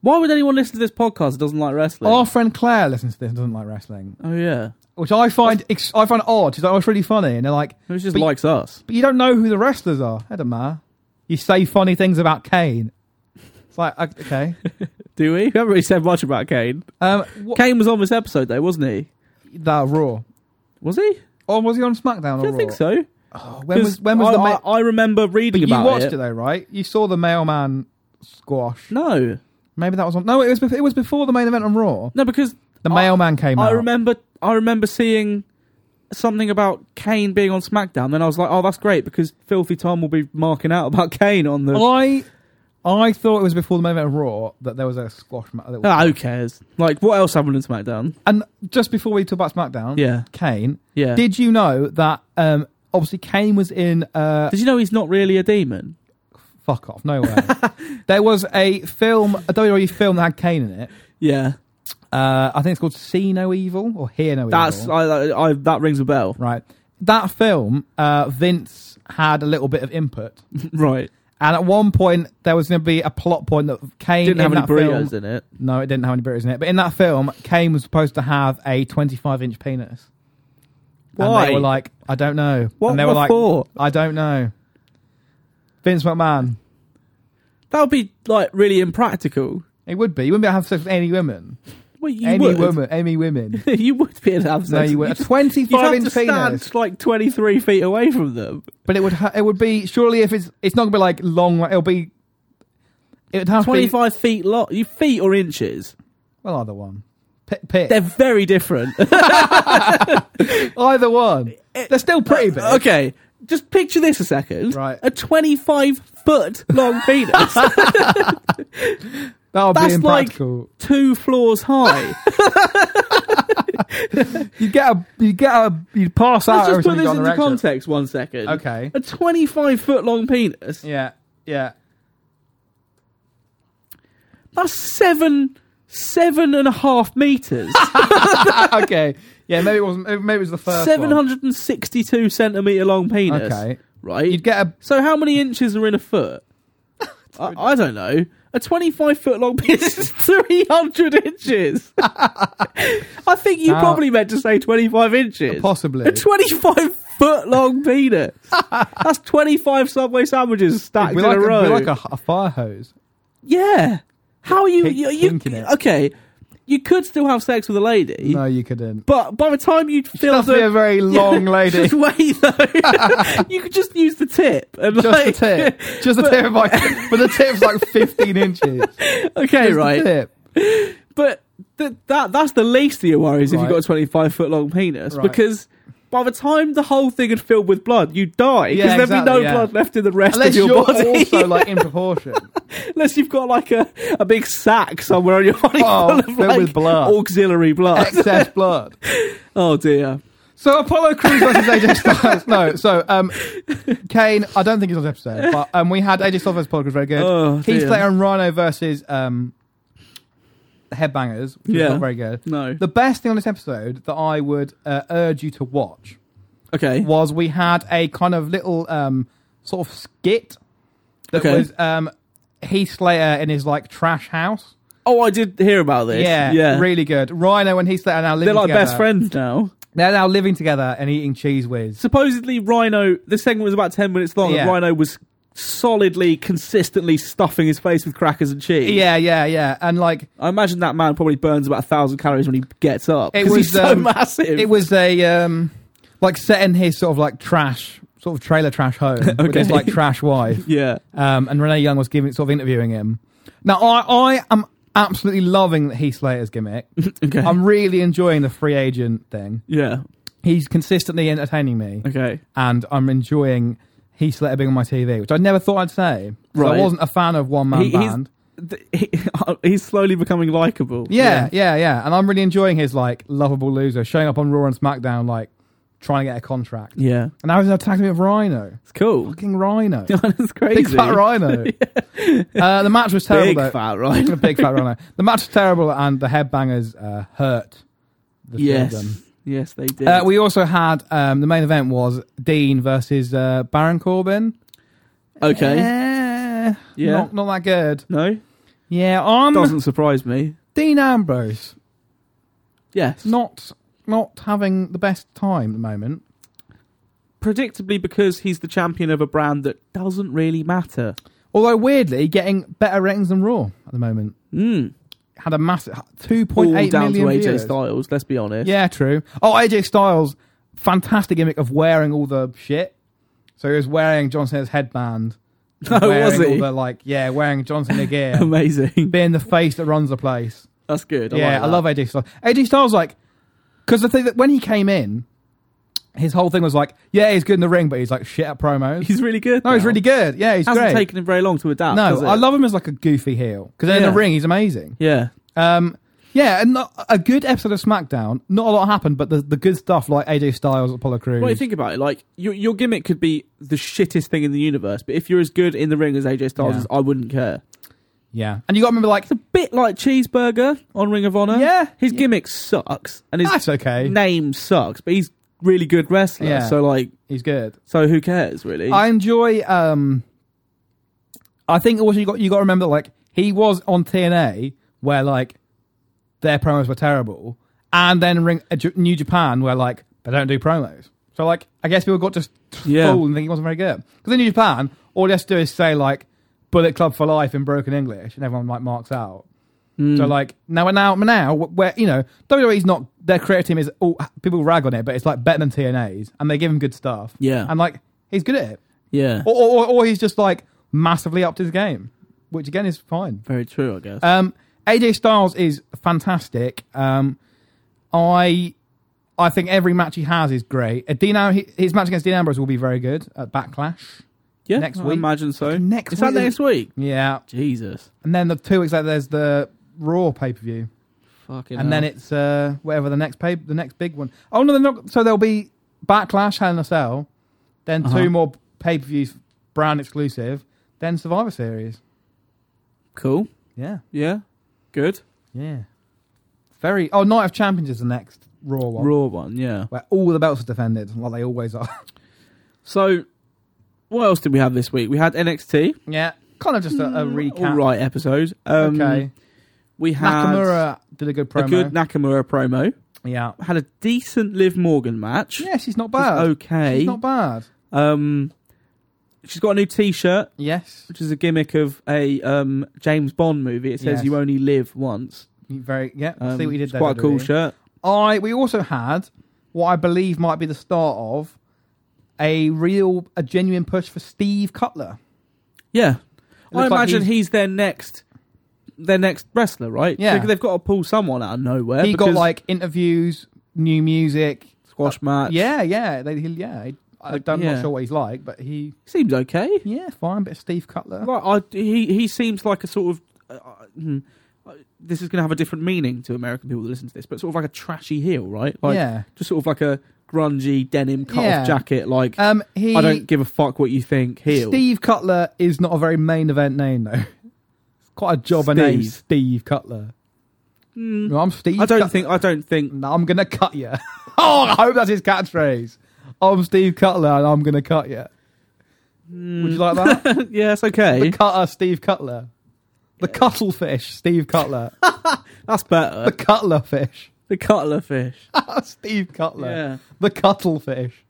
Why would anyone listen to this podcast that doesn't like wrestling?
Our friend Claire listens to this and doesn't like wrestling,
oh yeah.
which I find ex- I find odd. She's like, "Oh, it's really funny," and they're like,
Who just
But-
likes us?
"But you don't know who the wrestlers are." It doesn't matter. You say funny things about Kane. It's like,
[LAUGHS]
o- okay.
Do we? We haven't really said much about Kane.
Um, what,
Kane was on this episode though, wasn't he?
that Raw.
Was he?
Or was he on SmackDown?
I
Or
don't
Raw?
think so.
Oh, when was when was
I,
the
I,
ma-
I remember reading
you
about
watched it.
it.
though, right? You saw the mailman squash.
No,
Maybe that was on. No, it was bef- it was before the main event on Raw.
no, because
The
I-
mailman came out.
I remember I remember seeing something about Kane being on SmackDown. Then I was like, oh, that's great because Filthy Tom will be marking out about [LAUGHS] Kane on the.
I I thought it was before the main event on Raw that there was a squash match.
Ah, who cares? Like, what else happened in SmackDown?
And just before we talk about SmackDown,
Yeah,
Kane.
yeah. Did,
Did you know that? Um, obviously Kane was in. Uh,
you know he's not really a demon?
fuck off!
[LAUGHS]
No way. there was a film, a WWE film that had Kane in it.
Yeah,
Uh, I think it's called See No Evil or Hear No
that's
Evil.
I, I, I that rings a
[LAUGHS]
bell.
right. That film, uh, Vince had a little bit of input,
right,
and at one point there was going to be a plot point that Kane
didn't
in
have any
that film-
burritos in it.
No, it didn't have any burritos in it. But in that film, Kane was supposed to have a 25 inch penis.
Why?
And they were like, I don't know.
What
and they were
were
like,
for?
I don't know. Vince McMahon.
That would be like really impractical.
It would be. You wouldn't be able to have sex with any women.
Well, you
any
would.
woman. Any women.
[LAUGHS] you would be able to have sex.
no, you would. A
You'd- [LAUGHS] you'd
25 inch
have to
penis.
stand like twenty three feet away from them.
But it would ha- it would be surely if it's it's not gonna be like long. It'll be it would have to
Twenty
be
five feet long. You feet or inches?
well either one. Pit, pit.
They're very different.
Either one. They're still
Uh,
pretty
[LAUGHS]
big.
okay, just picture this a second.
Right.
a twenty five foot
[LAUGHS]
long penis.
That would be
that's like-
impractical.
two floors high.
You get a you get a you pass
Let's
out. every
just put
time you
this
go on
into
erection.
context one second.
Okay.
A 25 foot long penis.
[LAUGHS] Yeah. Yeah.
That's seven seven and a half
[LAUGHS]
meters,
Ah, okay. Yeah, maybe it wasn't. Maybe it was the first.
seven hundred and sixty-two centimeter long
one.
penis.
Okay.
right?
You'd get a.
So how many inches are in a
[LAUGHS]
foot? I, I don't know. A 25 foot long penis is [LAUGHS] 300 inches. [LAUGHS] I think you
Now-
probably meant to say 25 inches.
Possibly.
A 25 foot long
[LAUGHS]
penis. That's 25 Subway sandwiches stacked
We're
in
like,
a row.
we're like a, a fire hose.
yeah. How are you?
Pink-
you, you
pinking it.
okay. You could still have sex with a lady,
No, you couldn't.
but by the time you'd
She'd
fill
have to be
[LAUGHS]
a
the
very long lady.
just wait though, [LAUGHS] you could just use the tip and
[LAUGHS] Just the
like
tip.
[LAUGHS]
Just the tip of my. But the tip's like 15 inches.
okay,
Just
right.
The tip.
But th- that that's the least of your worries if you've
Right.
got a 25 foot long penis
Right.
because by the time the whole thing had filled with blood, you die because
Yeah,
there'd
exactly,
be no
yeah.
blood left in the rest
Unless
of your
you're
body.
also like in proportion.
[LAUGHS] Unless you've got like a, a big sack somewhere on your body
Oh,
full of
filled
like,
with blood.
auxiliary blood.
Excess blood.
[LAUGHS] oh dear.
So Apollo Crews versus AJ Styles. No, so um, Kane. I don't think he's on this episode, but um, we had AJ Styles versus Apollo Crews, very good.
Oh,
Heath
dear.
Slater and Rhino versus um, the Headbangers, which
Yeah.
was not very good.
No.
The best thing on this episode that I would uh, urge you to watch
okay.
was we had a kind of little um, sort of skit that
Okay.
was um, Heath Slater in his like trash house.
Oh, I did hear about this.
Yeah,
Yeah.
really good. Rhino and Heath Slater are now living
They're like
together.
best friends now.
They're now living together and eating cheese whiz.
Supposedly, Rhino. This segment was about ten minutes long, and
Yeah.
Rhino was solidly, consistently stuffing his face with crackers and cheese.
Yeah, yeah, yeah. And like
I imagine that man probably burns about a thousand calories when he gets up
It
because he's
was,
so
um,
[LAUGHS] massive.
it was a um like set in his sort of like trash sort of trailer
[LAUGHS]
trash home with
Okay.
his like trash wife.
yeah, [LAUGHS]
Um and Renee Young was giving sort of interviewing him. Now I I am absolutely loving Heath
[LAUGHS]
Slater's gimmick.
okay,
I'm really enjoying the free agent thing.
yeah,
He's consistently entertaining me
okay,
and I'm enjoying Heath Slater being on my TV, which I never thought I'd say. 'cause
Right.
I wasn't a fan of one man
He- he's-
band.
Th-
[LAUGHS]
he, he's slowly becoming likable.
Yeah, yeah, yeah, And I'm really enjoying his like lovable loser showing up on Raw and SmackDown like trying to get a contract.
yeah, yeah,
And now he's attacking me with Rhino.
it's cool. [LAUGHS]
Fucking Rhino.
That's crazy.
[LAUGHS] Big
[LAUGHS]
fat Rhino. uh, the match was terrible
Big
though.
fat Rhino.
[LAUGHS] Big fat Rhino. The match was terrible and the headbangers uh, hurt the two of them.
[LAUGHS] Yes, yes, they did.
Uh, we also had um, the main event was Dean versus uh, Baron Corbin.
okay,
Eh,
Yeah.
Not, Um, not that good.
no,
Yeah, I'm
doesn't surprise me.
Dean Ambrose.
Yes,
Not not having the best time at the moment.
predictably because he's the champion of a brand that doesn't really matter.
Although weirdly, getting better ratings than Raw at the moment.
Mm.
Had a massive two point
All
eight
down to
million
AJ
viewers.
Styles. Let's be [LAUGHS] honest.
Yeah, true. Oh, AJ Styles, fantastic gimmick of wearing all the shit. So he was wearing John Cena's headband.
[LAUGHS] Oh,
wearing
was
All
he?
the, like, yeah, wearing John Cena gear,
[LAUGHS] Amazing.
being the face that runs the place.
That's good.
yeah,
like
I
that.
love AJ Styles. AJ Styles, like, because the thing that when he came in, his whole thing was like, yeah, he's good in the ring, but he's like shit at promos.
He's really good.
no, he's
now.
really good. Yeah, he's
hasn't
great.
taken him very long to adapt. has
no,
it?
I love him as like a goofy heel because in
Yeah.
the ring he's amazing.
Yeah,
Um, yeah, and not, a good episode of SmackDown. Not a lot happened, but the, the good stuff like AJ Styles, Apollo Crews.
well, you think about it. Like your your gimmick could be the shittest thing in the universe, but if you're as good in the ring as AJ Styles,
Yeah.
is, I wouldn't care.
yeah, and you got to remember, like,
It's a bit like Cheeseburger on Ring of Honor.
Yeah.
his gimmick sucks, and his
that's okay.
name sucks, but he's really good wrestler.
Yeah.
So like,
He's good.
so who cares really?
I enjoy. Um, I think also you got you got to remember, like, he was on TNA where like their promos were terrible, and then ring uh, J- New Japan where like they don't do promos. So like, I guess people got just
Yeah.
fooled and think he wasn't very good because in New Japan, all they have to do is say like "Bullet Club for Life" in broken English, and everyone like marks out.
Hmm.
So like now now now where you know WWE's not their creative team is all people rag on it, but it's like better than TNA's, and they give him good stuff.
Yeah.
and like he's good at it,
yeah,
or or, or, or he's just like massively upped his game, which again is fine.
very true, I guess.
Um, AJ Styles is fantastic. Um, I I think every match he has is great. Uh, Dean Am- he- his match against Dean Ambrose will be very good at Backlash.
yeah,
next
I
week-
imagine so.
next
is that
week-
next week?
Yeah,
Jesus,
and then the two weeks later, there's the Raw pay per view.
fucking.
and then
hell.
it's uh, whatever the next pay, the next big one. Oh no, they're not. So there'll be Backlash, Hell in a Cell, then
Uh-huh.
two more pay per views, brand exclusive, then Survivor Series.
cool.
Yeah,
Yeah, good.
Yeah. Very. Oh, Night of Champions is the next Raw one.
Raw one, yeah.
Where all the belts are defended, like they always are. [LAUGHS]
So, what else did we have this week? We had NXT,
yeah. Kind of just a, a recap.
all right episode. Mm, Um,
okay.
We had
Nakamura did a good promo.
a good Nakamura promo.
yeah.
Had a decent Liv Morgan match.
Yeah, she's not
It was
bad.
okay.
She's not bad.
um, she's got a new T-shirt,
Yes.
which is a gimmick of a um, James Bond movie. It says
Yes.
you only live once.
Very. Yeah.
Um,
see what you did
it's
there.
Quite a cool
WWE.
shirt.
I we also had what I believe might be the start of a real, a genuine push for Steve Cutler.
Yeah,
It
I
looks like
imagine he's... their next, their next wrestler, right?
Yeah.
They- they've got to pull someone out of nowhere.
He got
because
like interviews, new music.
squash match.
Yeah, yeah, they, he, yeah. I- I
Like,
don't, am
yeah.
not sure what he's like, but he,
seems okay.
yeah, fine. But Steve Cutler,
Like, I, he he seems like a sort of. Uh, uh, hmm, uh, this is going to have a different meaning to American people that listen to this, but sort of like a trashy heel, right? Like,
yeah.
just sort of like a grungy denim cut-off
Yeah.
jacket. Like,
Um, he,
I don't give a fuck what you think. Heel.
Steve Cutler is not a very main event name though. It's quite a jobber name,
Steve.
Steve Cutler.
Mm,
No, I'm Steve.
I don't
Cut-
think. I don't think.
No, I'm gonna cut you. [LAUGHS] oh, I hope that's his catchphrase. I'm Steve Cutler, and I'm gonna cut you. Would you like that?
hmm, [LAUGHS] yeah, it's
the
Mm. okay.
cutter, Steve Cutler. The cuttlefish,
[LAUGHS]
Steve Cutler.
That's better.
the cutlerfish, [LAUGHS]
the cutler fish.
Steve Cutler.
Yeah.
The cuttlefish,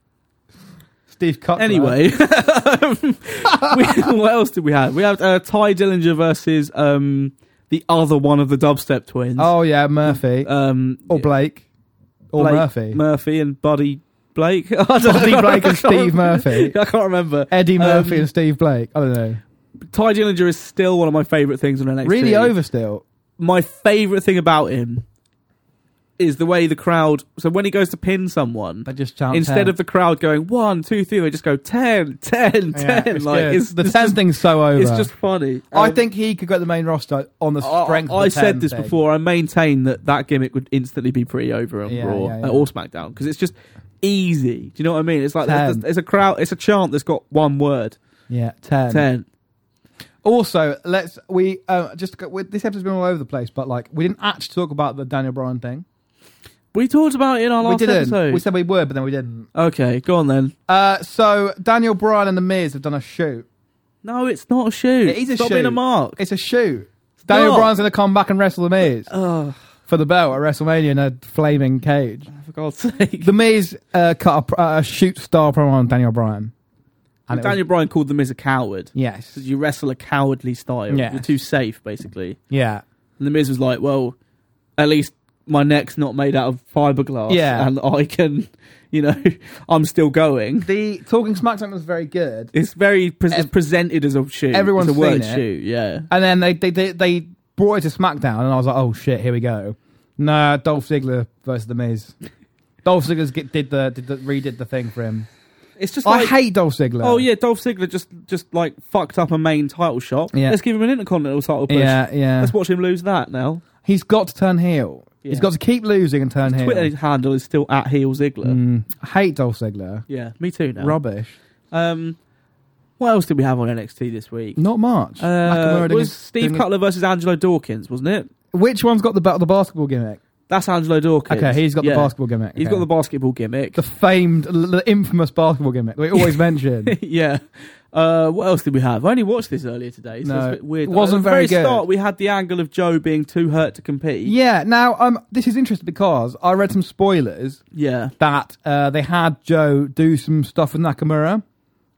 Steve Cutler.
Anyway, [LAUGHS] we, [LAUGHS] what else did we have? We had uh, Ty Dillinger versus um, the other one of the dubstep twins.
Oh yeah, Murphy
um,
or Blake or
Blake
Murphy.
Murphy and Buddy Blake. [LAUGHS] I don't
Buddy
know.
Blake
I can't-
and Steve Murphy.
I can't remember. [LAUGHS]
Eddie Murphy
Um,
and Steve Blake. I don't know.
Ty Dillinger is still one of my favorite things on NXT.
Really over still.
My favorite thing about him is the way the crowd. So when he goes to pin someone,
They just chant
instead of the crowd going one, two, three, they just go ten, [LAUGHS] ten, ten. like it's
the
it's
ten
just,
thing's so over.
It's just funny.
I
Um,
think he could get the main roster on the
I-
strength.
I,
of the
said
10
this
thing.
before. I maintain that that gimmick would instantly be pretty over on
Yeah,
Raw
yeah, yeah.
uh, or SmackDown because it's just easy. Do you know what I mean? It's like there's,
Ten.
there's a crowd. It's a chant that's got one word.
Yeah, ten.
Ten.
Also, let's we uh, just go, we, this episode's been all over the place, but like we didn't actually talk about the Daniel Bryan thing.
We talked about it in our
we
last
didn't.
episode.
We said we would, but then we didn't.
okay, go on then.
Uh, so Daniel Bryan and the Miz have done a shoot.
No, it's not a shoot.
It is a
Stop
shoot.
being a mark.
It's a shoot. Daniel
not.
Bryan's going to come back and wrestle the Miz
Oh,
for the belt at WrestleMania in a flaming cage.
for God's sake.
The Miz uh, cut a, pr- uh, a shoot star promo on Daniel Bryan. And it was-
Daniel Bryan called the Miz a coward.
yes,
Says You wrestle a cowardly style.
Yeah.
You're too safe, basically.
yeah.
And the Miz was like, "Well, at least my neck's not made out of fiberglass,
Yeah.
and I can, [LAUGHS] you know, I'm still going."
The talking smack segment was very good,
It's very pre- it's
Ev-
presented as a shoe.
everyone's
it's a word
seen it.
shoe, yeah.
and then they they they, they brought it to SmackDown, and I was like, oh shit, here we go. Nah, Dolph Ziggler versus the Miz. Dolph Ziggler did the did the redid the thing for him.
It's just
I
like,
hate Dolph Ziggler.
oh yeah, Dolph Ziggler just just like fucked up a main title shot.
Yeah.
Let's give him an intercontinental title push.
yeah, yeah.
Let's watch him lose that now.
He's got to turn heel. He's
Yeah.
got to keep losing and turn heel.
Twitter handle is still at heel Ziggler.
Mm, I hate Dolph Ziggler.
Yeah, me too now.
Rubbish.
Um, what else did we have on NXT this week?
Not much. Nakamura
Uh,
doing
was
his-
Steve
doing his-
Cutler versus Angelo Dawkins, wasn't it?
Which one's got the ba- the basketball gimmick?
That's Angelo Dawkins.
Okay, he's got
Yeah.
the basketball gimmick.
He's
okay.
got the basketball gimmick.
the famed, l- the infamous basketball gimmick that we always mention.
[LAUGHS] yeah. Uh, what else did we have? I only watched this earlier today, so
No,
it's a bit weird.
it wasn't
At the very,
very good.
start, we had the angle of Joe being too hurt to compete.
Yeah. Now, um, this is interesting because I read some spoilers
Yeah.
that uh, they had Joe do some stuff with Nakamura,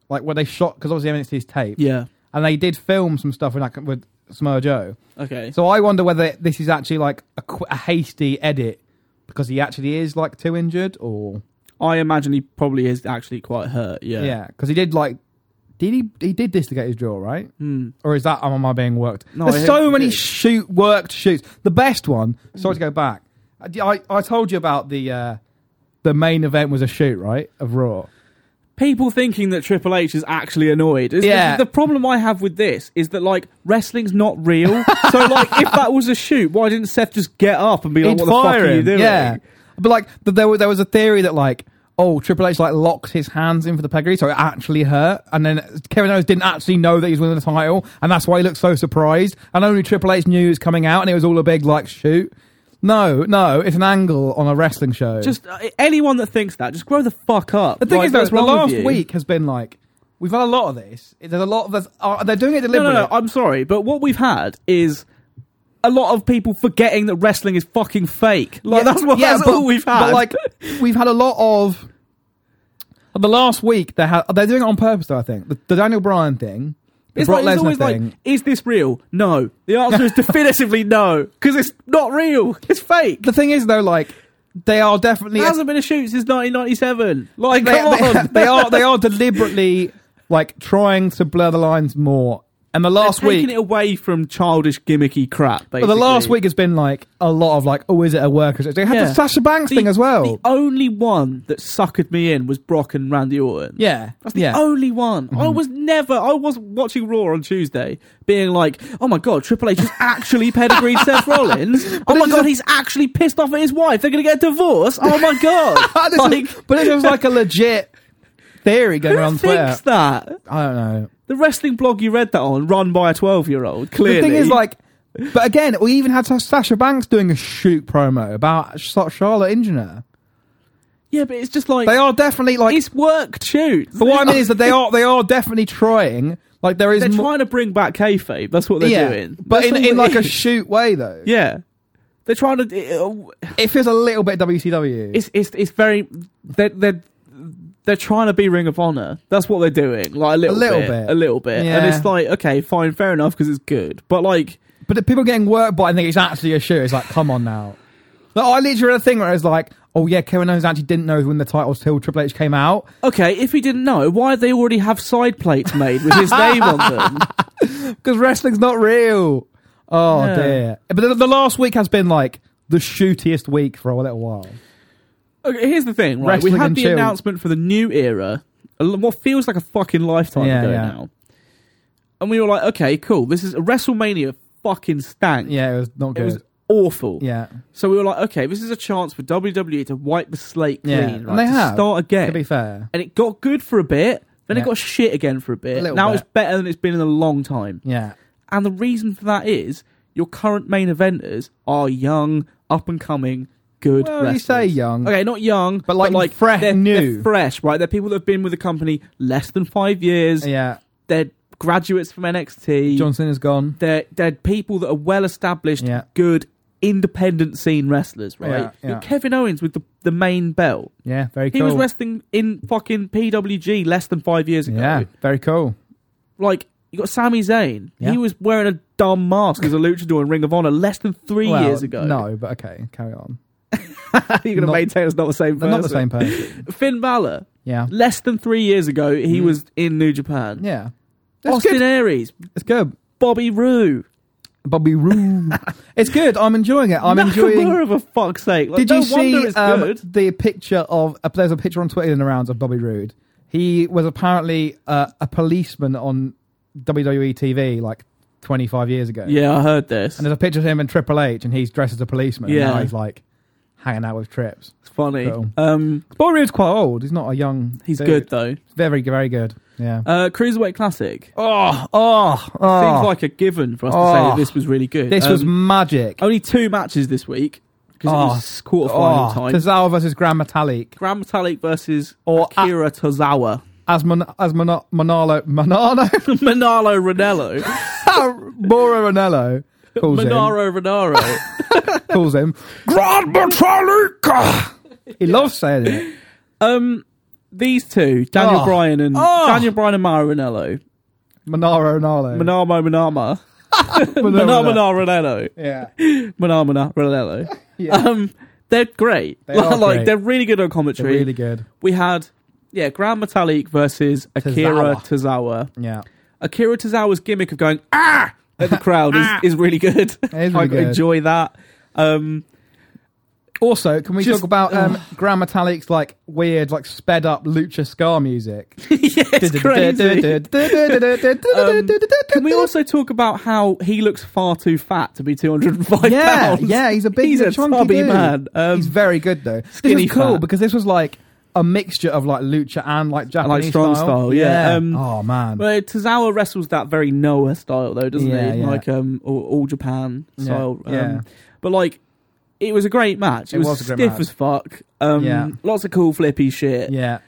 like where they shot because obviously NXT's tape,
Yeah.
and they did film some stuff with Nak- with Samoa Joe.
Okay.
So I wonder whether this is actually like a, qu- a hasty edit because he actually is like too injured, or
I imagine he probably is actually quite hurt. Yeah.
yeah, because he did like. Did he? He did dislocate his jaw, right?
Mm.
Or is that am I being worked?
No, I
There's
hope
so
you
many
did.
shoot worked shoots. The best one. Sorry to go back. I, I, I told you about the uh, the main event was a shoot, right? Of Raw.
People thinking that Triple H is actually annoyed. Is
Yeah.
The, the problem I have with this is that like wrestling's not
[LAUGHS]
real. so like, if that was a shoot, why didn't Seth just get up and be like, "What the fuck are you doing?"
Yeah, but like th- there was there was a theory that like oh, Triple H like locked his hands in for the pedigree, so it actually hurt. And then Kevin Owens didn't actually know that he was winning the title, and that's why he looked so surprised. And only Triple H knew it was coming out, and it was all a big like shoot. No, no, it's an angle on a wrestling show.
Just uh, anyone that thinks that, just grow the fuck up.
the thing
Like,
is, though,
what's
the
wrong with
last
you?
week has been like we've had a lot of this. There's a lot of this, uh, they're doing it
No, no,
deliberately.
no. I'm sorry, but what we've had is a lot of people forgetting that wrestling is fucking fake. Like
Yeah,
that's what
yeah,
that's
but-
all we've had.
But like we've had a lot of the last week they had they're doing it on purpose though, I think. The, the Daniel Bryan thing,
[LAUGHS]
the
it's,
Brock
like, it's
Lesnar
always
thing.
like, is this real? No. The answer
[LAUGHS]
is definitively no, because it's not real. It's fake.
the thing is though, like they are definitely
There hasn't been a shoot since 1997. Like,
they,
come
they-
on.
[LAUGHS] they are they are deliberately like trying to blur the lines more. And the last
taking
week
it away from childish gimmicky crap. Basically,
but the last week has been like a lot of like, oh, is it a worker? They had
Yeah.
the Sasha Banks
The-
thing as well.
The only one that suckered me in was Brock and Randy Orton.
yeah,
That's the
yeah. Mm-hmm.
only one. I was never. I was watching Raw on Tuesday, being like, "Oh my god, Triple H has actually pedigreed
[LAUGHS]
Seth Rollins. Oh my
it's
god,
a-
he's actually pissed off at his wife. They're gonna get a divorce. Oh my god!"
[LAUGHS] This is-
like,
ah, but it
[LAUGHS]
was like a legit theory going
who
around
thinks
Twitter.
that?
I don't know.
The wrestling blog you read that on, run by a twelve-year-old. Clearly,
The thing is, like, but again, we even had Sasha Banks doing a shoot promo about Sh- Charlotte Ingenue.
yeah, but it's just like
They are definitely like.
it's work shoots.
but what I mean is
[LAUGHS]
that they are they are definitely trying. Like there is
They're
mo-
trying to bring back kayfabe. That's what they're
yeah,
doing.
but
That's
in,
all
in
it
like a
[LAUGHS] is.
shoot way though.
yeah. They're trying to. uh,
It feels a little bit WCW.
It's it's it's very. They're they're they're trying to be Ring of Honor. That's what they're doing. Like a little,
little
bit,
bit.
a little bit, and
Yeah.
it's like okay, fine, fair enough, because it's good. But like,
but the people getting worked by and think it's actually a shoot. It's like, come on now. Like, I literally had a thing where I was like, oh yeah, Kevin Owens actually didn't know when the titles till Triple H came out.
okay, if he didn't know, why they already have side plates made with his name on
[LAUGHS]
them?
because wrestling's not real. Oh
Yeah.
dear! But the, the last week has been like the shootiest week for a little while.
Okay, here's the thing, right? we
Wrestling
had
and
the
chill.
announcement for the new era, a l- what feels like a fucking lifetime
Yeah,
ago
yeah.
now, and we were like, okay, cool, this is WrestleMania. Fucking stank.
Yeah, it was not
It
good.
was awful.
yeah,
So we were like, okay, this is a chance for WWE to wipe the slate clean,
Yeah,
right?
and they
to
have,
start
to
again.
be fair.
and it got good for a bit, then it
Yeah.
got shit again for a bit.
A little
now
bit.
it's better than it's been in a long time.
Yeah,
And the reason for that is your current main eventers are young, up and coming, good
well,
wrestlers.
you say young.
Okay, not young,
But, like, fresh,
they're,
new.
they're fresh, right? They're people that have been with the company less than five years.
Yeah,
They're graduates from NXT.
Johnson is gone.
They're they're people that are well established,
Yeah.
good independent scene wrestlers, right?
Yeah,
You're
yeah.
Kevin Owens with the, the main belt.
Yeah, very
He
cool.
was wrestling in fucking PWG less than five years ago.
yeah, very cool.
Like you got Sami Zayn.
Yeah.
He was wearing a dumb mask as a luchador in Ring of Honor less than three
Well,
years ago.
No, but okay, carry on.
[LAUGHS] You're gonna
Not-
maintain it's not the same
They're
person.
not the same person.
Finn Balor,
Yeah,
less than three years ago, he
Mm.
was in New Japan.
yeah. It's
Austin
good.
Aries,
It's good.
Bobby Roode. [LAUGHS]
Bobby Roode. it's good. I'm enjoying it. I'm enjoying.
Nakamura, for fuck's sake. Like,
Did
no
you
wonder
see
it's
um,
good.
the picture of uh, there's a picture on Twitter in the rounds of Bobby Roode? He was apparently uh, a policeman on WWE TV like 25 years ago.
Yeah, I heard this.
And there's a picture of him and Triple H, and he's dressed as a policeman. Yeah,
Yeah.
and now he's like hanging out with Trips.
It's funny.
Cool.
Um,
Bobby Roode's quite old. He's not a young.
he's
dude.
good though.
Very, very good. Yeah.
Uh, Cruiserweight Classic
oh, oh,
seems like a given for us to say
Oh.
that this was really good.
this was
Um,
magic.
only two matches this week because
Oh.
it was quarterfinal
oh,
time.
Tozawa versus Grand Metalik.
Grand Metalik versus
Or a-
Akira Tozawa, [LAUGHS]
As, Mon- as Mon- Monalo. Monalo?
Manalo Ranello,
Maura Ranello calls him.
Monaro
[LAUGHS]
Renaro.
Calls him. Grand Metallica! He loves saying it.
um, these two, Daniel
Oh.
Bryan and
Oh.
Daniel Bryan and Mara Ranello,
Monaro Nalo.
Manamo Manama,
[LAUGHS] Monaro Nalo.
Manamana Ranello,
Yeah.
Manamana
[LAUGHS]
Ranello.
yeah.
Um, they're great.
They
[LAUGHS]
are
like
great.
they're really good on commentary.
They're really good.
we had yeah, Grand Metalik versus Akira Tozawa.
Yeah.
Akira Tozawa's gimmick of going ah at the crowd is, is really
[LAUGHS]
good.
Ah! is
I
really good.
enjoy that. Um,
Also, can we
Just-
talk about um, Grand Metallic's like weird, like sped up lucha ska music?
yeah, it's crazy. Can
Can
we also talk about how he looks far too fat to be 205
Yeah,
pounds?
yeah, he's a big,
he's a
chunky
chubby
dude.
man. Um,
He's very good though. This
Skinny
is cool
fat.
because this was like a mixture of like lucha and like Japanese
strong style, yeah. Um,
oh man.
Well, Tozawa wrestles that very Noah style though, doesn't
Yeah,
he?
yeah.
Like um, all, all Japan
Yeah,
style. Um,
yeah.
But like, it was a great match. It,
It
was,
was a
stiff
great match.
as fuck. Um,
Yeah.
lots of cool flippy shit.
yeah.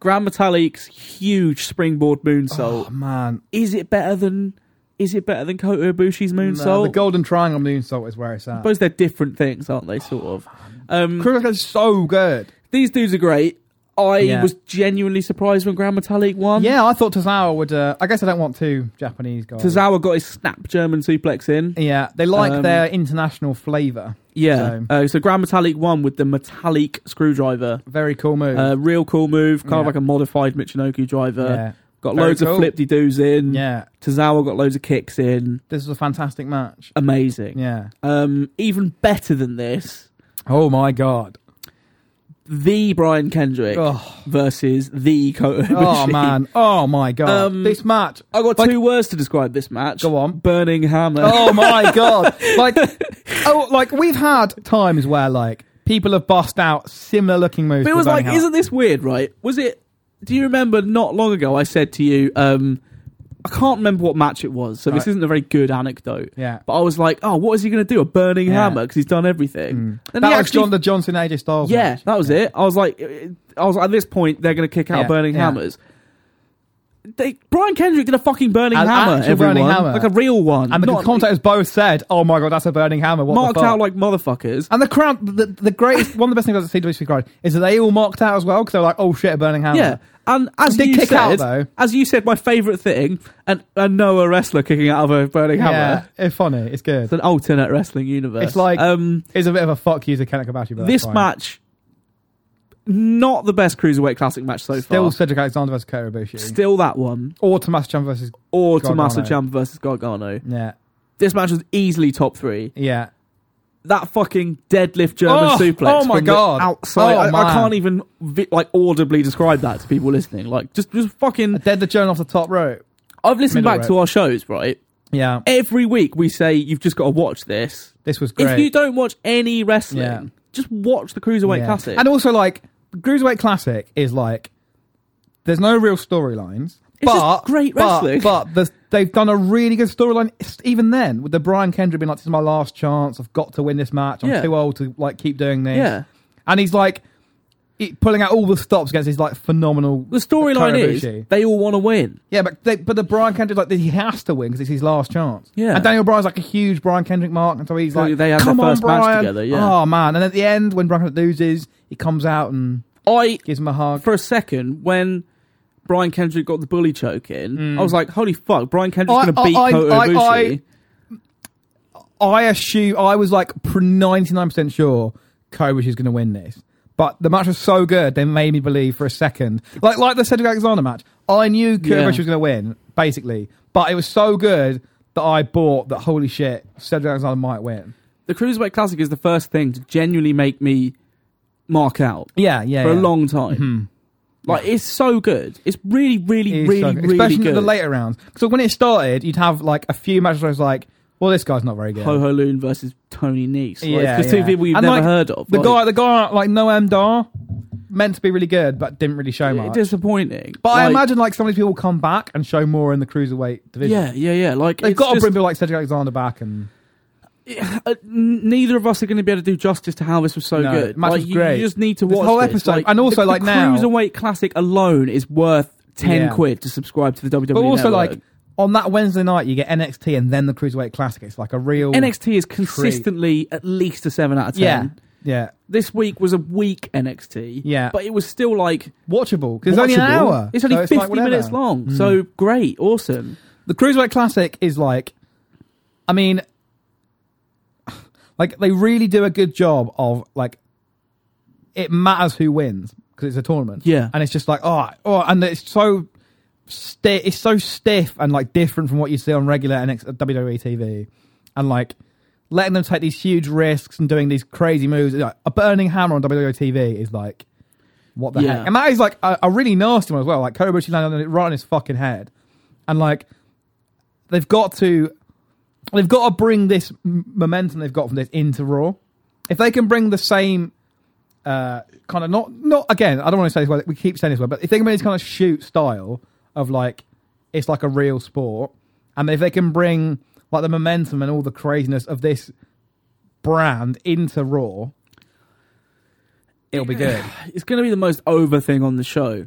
Grand Metallic's huge springboard moonsault.
oh man.
Is it better than? Is it better than Kota Ibushi's moonsault?
No, the golden triangle moonsault is where it's
I
at.
suppose they're different things, aren't they? Sort of. Um,
Kuriko's so good.
these dudes are great. I
Yeah.
was genuinely surprised when Grand Metallic won.
yeah, I thought Tozawa would. Uh, I guess I don't want two Japanese guys.
Tozawa got his snap German suplex in.
Yeah, they like
Um,
their international flavor.
Yeah.
So-
So, uh, so Grand Metallic won with the metallic screwdriver.
Very cool move.
Uh, real cool move, kind of
Yeah.
like a modified Michinoku driver.
yeah,
Got
Very
loads of
cool.
flip de doos in.
yeah.
Tozawa got loads of kicks in.
This was a fantastic match.
Amazing.
Yeah.
Um, even better than this,
Oh my god.
the Brian Kendrick
Oh,
versus the Kota
oh
[LAUGHS] Ibushi.
man. Oh my god.
Um,
this match.
I got
Like-
two words to describe this match. [LAUGHS]
Go on.
Burning hammer. [LAUGHS]
Oh my god. Like oh like we've had times where like people have bossed out similar looking moves.
But it
to
was
Burning
like,
Heart.
isn't this weird, right? Was it? Do you remember not long ago I said to you, um, I can't remember what match it was, so this
Right.
isn't a very good anecdote.
Yeah.
But I was like, oh, what is he going to do? A burning
Yeah. Mm,
hammer because he's done everything. Then
That
he
was
actually-
John the Johnson AJ Styles.
yeah,
match.
that was it. I was like, I was like, at this point they're going to kick out
Yeah,
burning
yeah.
hammers. They, Brian Kendrick did a fucking burning
An
hammer,
actual burning
everyone.
hammer.
like a real one,
And the
not
commentators both said, "Oh my god, that's a burning hammer." What
marked
the fuck?
out like motherfuckers.
And the crowd, the, the greatest, one of the best things I've seen WCW crowd is that they all marked out as well because they're like, oh shit, a burning hammer.
Yeah, and as
Did
you
kick
said,
out, though.
as you said, my favourite thing, and a Noah wrestler kicking out of a burning
Yeah,
hammer.
it's funny. It's good.
It's an alternate wrestling universe.
It's like-
um,
It's a bit of a fuck you to Kenneth Kobashi, but
this
that's fine.
match, not the best cruiserweight classic match so
still
far.
Cedric Alexander versus Kota Ibushi,
Still that one,
or Tommaso Ciampa versus
or
Gargano.
Tommaso Ciampa versus Gargano.
yeah,
This match was easily top three.
yeah.
That fucking deadlift German
Oh,
suplex.
oh my
from the
God.
Outside,
Oh
I- I,
man.
can't even vi- like audibly describe that to people listening. Like just, just fucking.
Dead the Joan off the top rope.
I've listened
Middle
back to
rope.
our shows, right?
Yeah,
Every week we say you've just got to watch this.
this was great.
If you don't watch any wrestling,
Yeah.
just watch the Cruiserweight
Yeah.
Classic.
and also like Cruiserweight Classic is like, there's no real storylines.
It's just
but
great
but-
wrestling.
but, there's- they've done a really good storyline. s- Even then, with the Brian Kendrick being like, "This is my last chance. I've got to win this match. I'm
Yeah.
too old to like keep doing this."
yeah.
and he's like he- pulling out all the stops against his like phenomenal.
The storyline
Kota
is
Ibushi.
they all want to win.
yeah, but they, but the Brian Kendrick like he has to win because it's his last chance.
Yeah.
and Daniel Bryan's like a huge Brian Kendrick mark, and so he's
So
like,
they had their
"Come on,
first match
Brian.
together, yeah.
Oh man! And at the end, when Brian Kendrick loses, he comes out and
I,
gives him a hug.
for a second, when Brian Kendrick got the bully choke in, I was like, holy fuck, Brian Kendrick's
Mm. I-
going to beat
I-
Kota
I-
Ibushi.
I assume I was like ninety nine percent sure Kobush is going to win this, but the match was so good they made me believe for a second, like like the Cedric Alexander match. I knew Kobush
Yeah.
was going to win basically, but it was so good that I bought that. Holy shit, Cedric Alexander might win.
the Cruiserweight Classic is the first thing to genuinely make me mark out
Yeah, yeah.
for a
yeah.
long time. Like, it's so good. It's really, really,
It is
really,
so good,
really
especially
good.
in the later rounds. So when it started, you'd have like a few matches where it was like, well, this guy's not very good.
Ho Ho Loon versus Tony Nese. Like,
Yeah,
the two
yeah.
people you've
And,
never
like,
heard of.
The
Like,
guy, the guy like Noam Dar, meant to be really good, but didn't really show much.
Disappointing.
But I
Like,
imagine like some of these people come back and show more in the cruiserweight division.
Yeah, yeah, yeah. Like
they've
it's
got to
just-
bring people like Cedric Alexander back, and
uh, n- neither of us are going to be able to do justice to how this was so
No,
good.
match
like,
was
you,
great.
you just need to
This
watch
whole
this.
episode- and also,
the,
like,
the
now-
cruiserweight classic alone is worth ten
Yeah.
quid to subscribe to the WWE.
but also
Network.
like on that Wednesday night you get NXT and then the cruiserweight classic. It's like a real
NXT is consistently at least a seven out of ten.
Yeah, yeah,
This week was a weak NXT.
Yeah.
but it was still like
watchable because it's only an
watchable.
hour.
It's only
so like,
fifty
whatever. Mm.
minutes long. So great, awesome.
The cruiserweight classic is like, I mean, like they really do a good job of like it matters who wins because it's a tournament.
Yeah.
and it's just like oh, oh and it's so sti- it's so stiff and like different from what you see on regular NX- WWE TV, and like letting them take these huge risks and doing these crazy moves. Like, a burning hammer on WWE TV is like what the
Yeah.
heck, and that is like a, a really nasty one as well. Like Kota Ibushi landed on it right on his fucking head, and like they've got to they've got to bring this m- momentum they've got from this into Raw. If they can bring the same uh, kind of not not again. I don't want to say this word. We keep saying this word, but if they can make this kind of shoot style of like it's like a real sport, and if they can bring like the momentum and all the craziness of this brand into Raw, it'll be good.
[SIGHS] It's going to be the most over thing on the show.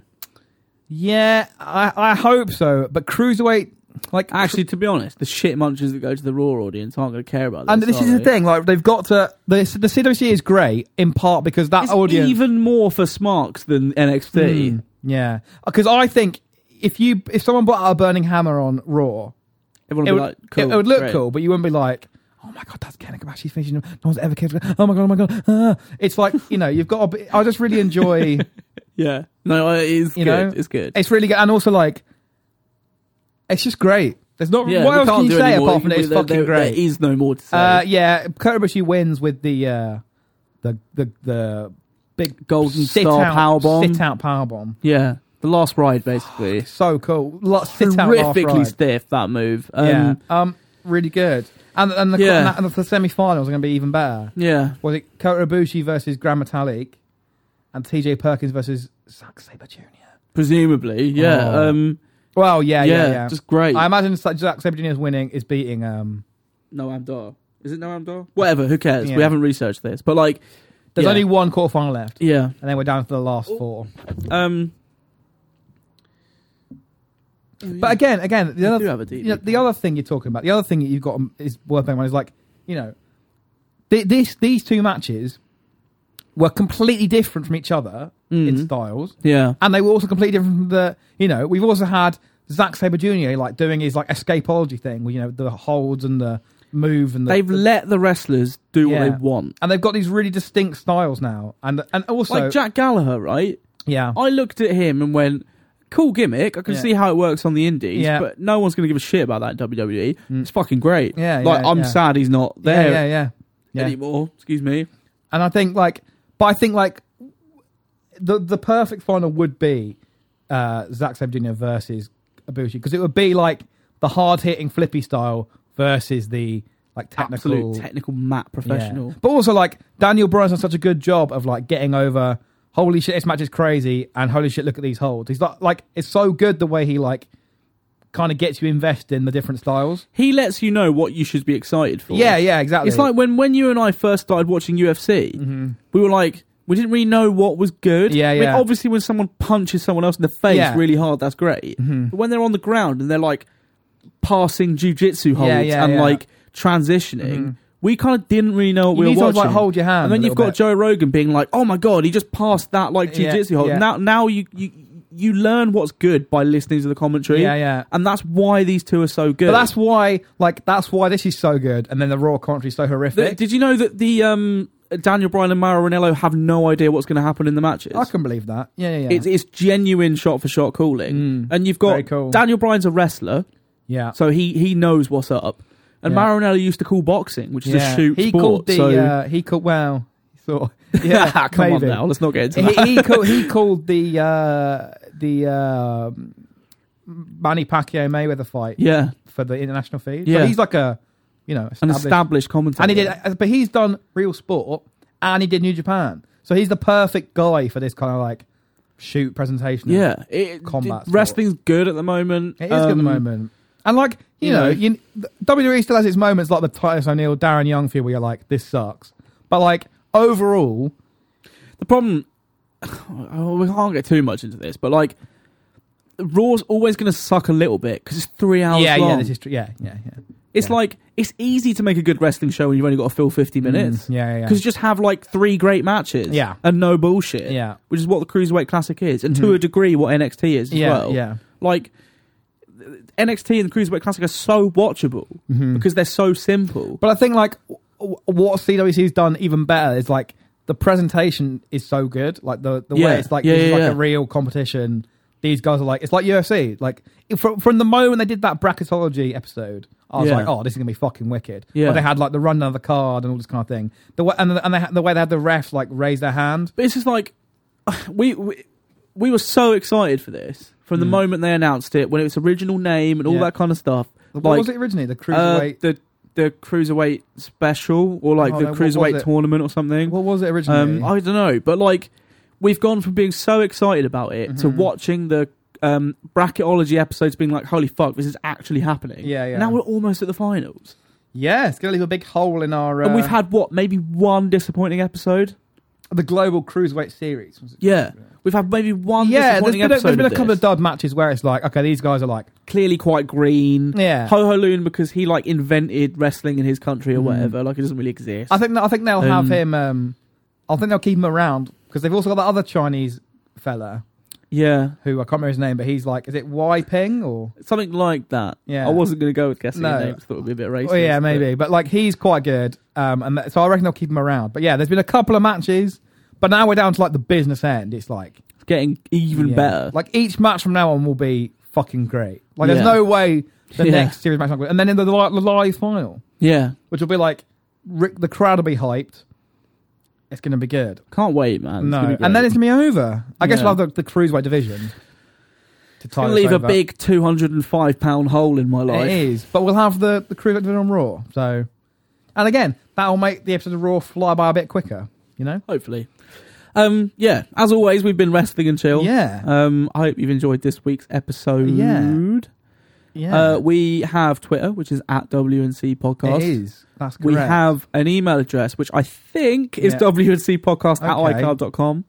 yeah, I, I hope so. But cruiserweight, like
Actually, to be honest, the shit munchers that go to the Raw audience aren't going to care about this.
And this
are
is the
they?
thing, like they've got to the the CWC is great in part because that
It's
audience
even more for Smarks than NXT.
Mm, yeah, because I think if you if someone brought out a burning hammer on Raw,
Everyone
it
will
would,
be like, cool,
it would look
great.
cool, but you wouldn't be like, oh my god, that's Ken Kobashi finishing. him. No one's ever cared. Oh my god, oh my god. ah." It's like you know, you've got. To be, I just really
[LAUGHS]
enjoy.
Yeah. No, uh, it is
You
good.
know?
it's good.
it's really good, and also like, it's just great. There's not
yeah,
what
we
else
can't
can you
do
say
anymore.
apart from
There-
it's
there-
fucking
there-
great.
There is no more to say.
Uh, yeah, Kobashi wins with the uh, the the the big
Golden
sit
Star
out,
powerbomb.
Sit out power bomb.
yeah. The last ride, basically.
So cool. Lot [SIGHS] sit out laugh
Terrifically
ride.
stiff, that move. Um,
yeah. Um, really good. And and the
Yeah.
and the, the semi-finals are going to be even better.
yeah.
Was it Kota Ibushi versus Grand Metalik, and T.J. Perkins versus Zack Saber Jr.
Presumably. Yeah.
Oh.
Um,
Well, yeah,
yeah,
yeah, yeah.
Just great.
I imagine Zack Saber Jr.'s winning is beating um.
Noam Dar. Is it Noam Dar? Whatever, who cares?
Yeah.
We haven't researched this. But like
There's
yeah. Oh,
only one quarterfinal left,
Yeah.
and then we're down to the last four.
Um Mm.
But again, again, the
We
other
do have a deep
you know, the other thing you're talking about, the other thing that you've got um, is worth bearing in mind is like, you know, th- this these two matches were completely different from each other in
Mhm.
styles,
Yeah.
and they were also completely different from the. You know, we've also had Zack Saber Jr. like doing his like escapology thing, where you know the holds and the move and the,
They've
the-
let the wrestlers do what
Yeah.
they want.
and they've got these really distinct styles now, and and also
Like Jack Gallagher, right?
yeah,
I looked at him and went, cool gimmick. I can
Yeah.
see how it works on the indies,
Yeah.
but no one's going to give a shit about that in WWE.
Mm.
It's fucking great.
Yeah,
like,
yeah,
I'm
yeah.
sad he's not there
yeah, yeah, yeah, yeah.
anymore. Excuse me.
And I think like, but I think like, the the perfect final would be uh, Zack Sabre Jr. versus Ibushi because it would be like the hard hitting flippy style versus the like technical
Absolute technical map
yeah.
professional.
But also like Daniel Bryan's done such a good job of like getting over. Holy shit, this match is crazy, and holy shit, look at these holds. He's like, like it's so good the way he like kind of gets you invested in the different styles.
He lets you know what you should be excited for.
Yeah, yeah, exactly. Mm-hmm,
It's like when, when you and I first started watching UFC, we were like, we didn't really know what was good.
Mm. Yeah,
I mean,
yeah.
obviously, when someone punches someone else in the face
Yeah. Mm.
really hard, that's great.
mm-hmm.
But when they're on the ground and they're like passing jujitsu holds
yeah,
and
yeah.
like transitioning, we kind of didn't really know what
Mm-hmm. you
we
need
were
to
watching.
like hold your
and
hand,
then
a
you've got
little
Joe
bit.
Rogan being like, "Oh my god, he just passed that like
Yeah,
jujitsu hold."
yeah.
Now, now you you you learn what's good by listening to the commentary.
yeah, yeah.
And that's why these two are so good.
But that's why, like, that's why this is so good, and then the raw commentary is so
The-
horrific.
did you know that the um, Daniel Bryan and Mario Ranello have no idea what's going to happen in the matches?
I can believe that. Yeah, yeah, yeah.
It's, it's genuine shot for shot calling,
Mm.
and you've
Very
got
cool.
Daniel Bryan's a wrestler,
yeah.
so he he knows what's up. And
Yeah.
Mario Ranello used to call boxing, which is
Yeah.
a shoot
he
sport.
called the.
[LAUGHS] so
Uh, he called. Well, so [LAUGHS]
[LAUGHS]
yeah.
come
maybe.
on now, let's not get into that.
He, he,
[LAUGHS]
called, he called the uh, the uh, Manny Pacquiao Mayweather fight
yeah,
for the international feed.
Yeah.
So he's like a, you know,
an
established,
established commentator.
and he did, uh, but he's done real sport, and he did New Japan, so he's the perfect guy for this kind of like shoot presentation.
Yeah, it,
Combat
it- wrestling's good at the moment.
It is good at the
Um,
moment. And like you,
you
know,
know.
you, WWE still has its moments like the Titus O'Neil, Darren Young feud where you're like, this sucks. But like overall,
The problem, [SIGHS] oh, we can't get too much into this, but like, Raw's always going to suck a little bit because it's three hours
yeah,
long.
yeah, this is tr- yeah, yeah, yeah.
It's
Yeah.
like it's easy to make a good wrestling show when you've only got to fill fifty minutes.
Mm, yeah, yeah,
Because just have like three great matches,
Yeah.
and no bullshit,
yeah,
which is what the cruiserweight classic is, and to
Mhm.
a degree what NXT is as
yeah,
well.
yeah.
Like NXT and the cruiserweight classic are so watchable
Mhm.
because they're so simple.
But I think like w- w- what CWC's done even better is like the presentation is so good. Like the the way
Yeah.
it's like
Yeah,
this is
yeah,
like
yeah.
a real competition. These guys are like it's like UFC. Like from from the moment they did that bracketology episode, I was
Yeah.
like, oh, this is gonna be fucking wicked.
Yeah.
But they had like the run of the card and all this kind of thing. The way, and the, and they, had- the way they had the refs like raise their hand.
But it's just like [SIGHS] we we, we were so excited for this from the
Mm.
moment they announced it, when its original name and all
Yeah.
that kind of stuff.
What
Like,
was it originally? The
Uh,
cruiserweight.
the the cruiserweight special or like
Oh,
the
no, what was
cruiserweight
it?
tournament or something.
What was it originally?
Um, I don't know, but like we've gone from being so excited about it to
Mhm.
watching the um, bracketology episodes, being like, "Holy fuck, this is actually happening!"
Yeah, yeah.
Now we're almost at the finals,
yeah, it's gonna leave a big hole in our. Uh,
and we've had what maybe one disappointing episode.
the global cruiserweight series. Was it?
Yeah, we've had maybe one
Yeah, there's
disappointing
been, a,
episode.
there's been a couple
this.
of dud matches where it's like, okay, these guys are like,
clearly quite green.
yeah.
Ho Ho Loon because he like invented wrestling in his country or
Mm.
whatever. Like it doesn't really exist.
I think I think they'll have
Um,
him. Um, I think they'll keep him around because they've also got that other Chinese fella
yeah,
who I can't remember his name, but he's like, is it Wai Ping or?
something like that.
Yeah.
I wasn't going to go with guessing
No.
the names. Thought it would be a bit racist.
Oh yeah,
but-
maybe. But like he's quite good, um, and that, so I reckon they'll keep him around. But yeah, there's been a couple of matches, but now we're down to like the business end. It's like
It's getting even
yeah.
better.
Like each match from now on will be fucking great. Like there's
Yeah.
no way
[LAUGHS]
the
Yeah.
next series match, not good. and then in the, li- the live final,
yeah,
which will be like Rick, the crowd will be hyped. It's gonna be good.
can't wait, man. It's
no,
gonna be
and then
great.
it's gonna be over. I guess
Yeah.
we'll have the, the cruiserweight division to
It's
tie
gonna
this
leave a
over.
big two hundred and five pound hole in my
It
life.
is, but we'll have the the cruiserweight division on Raw. So, and again, that will make the episode of Raw fly by a bit quicker. You know?
Hopefully, um, yeah. As always, we've been wrestling and chill.
Yeah,
Um, I hope you've enjoyed this week's episode.
Yeah. yeah.
Uh, we have Twitter, which is at WNC Podcast.
it is. That's correct.
We have an email address, which I think is
Yeah.
wncpodcast at
Okay.
iCloud.com.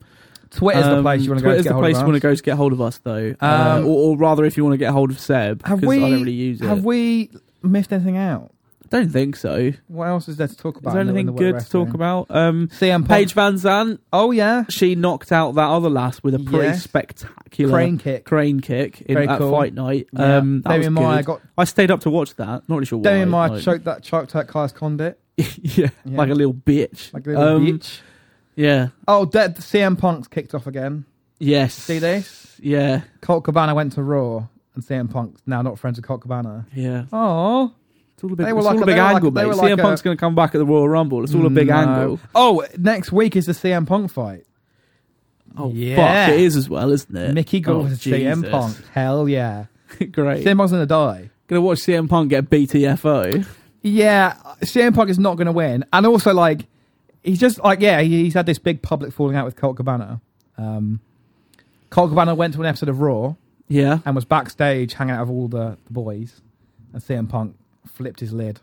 Twitter's the
Um,
place you want to go.
Twitter's
to get
the
hold
place
of
you want to
us.
go to get hold of us, though. Uh,
Um,
or, or rather, if you want to get hold of Seb,
Have
because I
we-
don't really use
Have
it.
we missed anything out?
don't think so. Is
What else is there to talk about?
there
in the- in the
anything
world of
good to talk
wrestling?
about? Um,
CM Punk.
Paige Van Zandt,
Oh yeah,
she knocked out that other lass with a pretty
Yes.
spectacular
crane kick.
crane kick in
Very
that
cool.
fight night.
Yeah.
Um, that
Damien
was good.
Meyer got
I stayed up to watch that. Not really sure why.
Damien Meyer
like-
choked that choked out Kai's Condit
[LAUGHS] yeah,
Yeah.
like a little bitch.
like a little
Um,
bitch.
Yeah.
Oh, dead CM Punk's kicked off again.
Yes.
See this?
Yeah.
Colt Cabana went to Raw, and CM Punk's now not friends with Colt Cabana.
Yeah.
Oh,
It's all a big,
They were
it's
like
all
a-
a big
they were
angle,
like- they
mate.
were like
CM
a-
Punk's going to come back at the Royal Rumble. It's all a big angle.
Oh, next week is the CM Punk fight.
Oh,
Yeah.
fuck. It is as well, isn't it?
Mickey Gold
Oh,
versus CM
Jesus.
Punk. Hell yeah.
[LAUGHS] Great.
CM Punk's gonna die.
Going to watch CM Punk get BTFO.
Yeah, CM Punk is not gonna win, and also like he's just like yeah, he- he's had this big public falling out with Colt Cabana. Um, Colt Cabana went to an episode of Raw
Yeah.
and was backstage hanging out with all the, the boys, and CM Punk flipped his lid.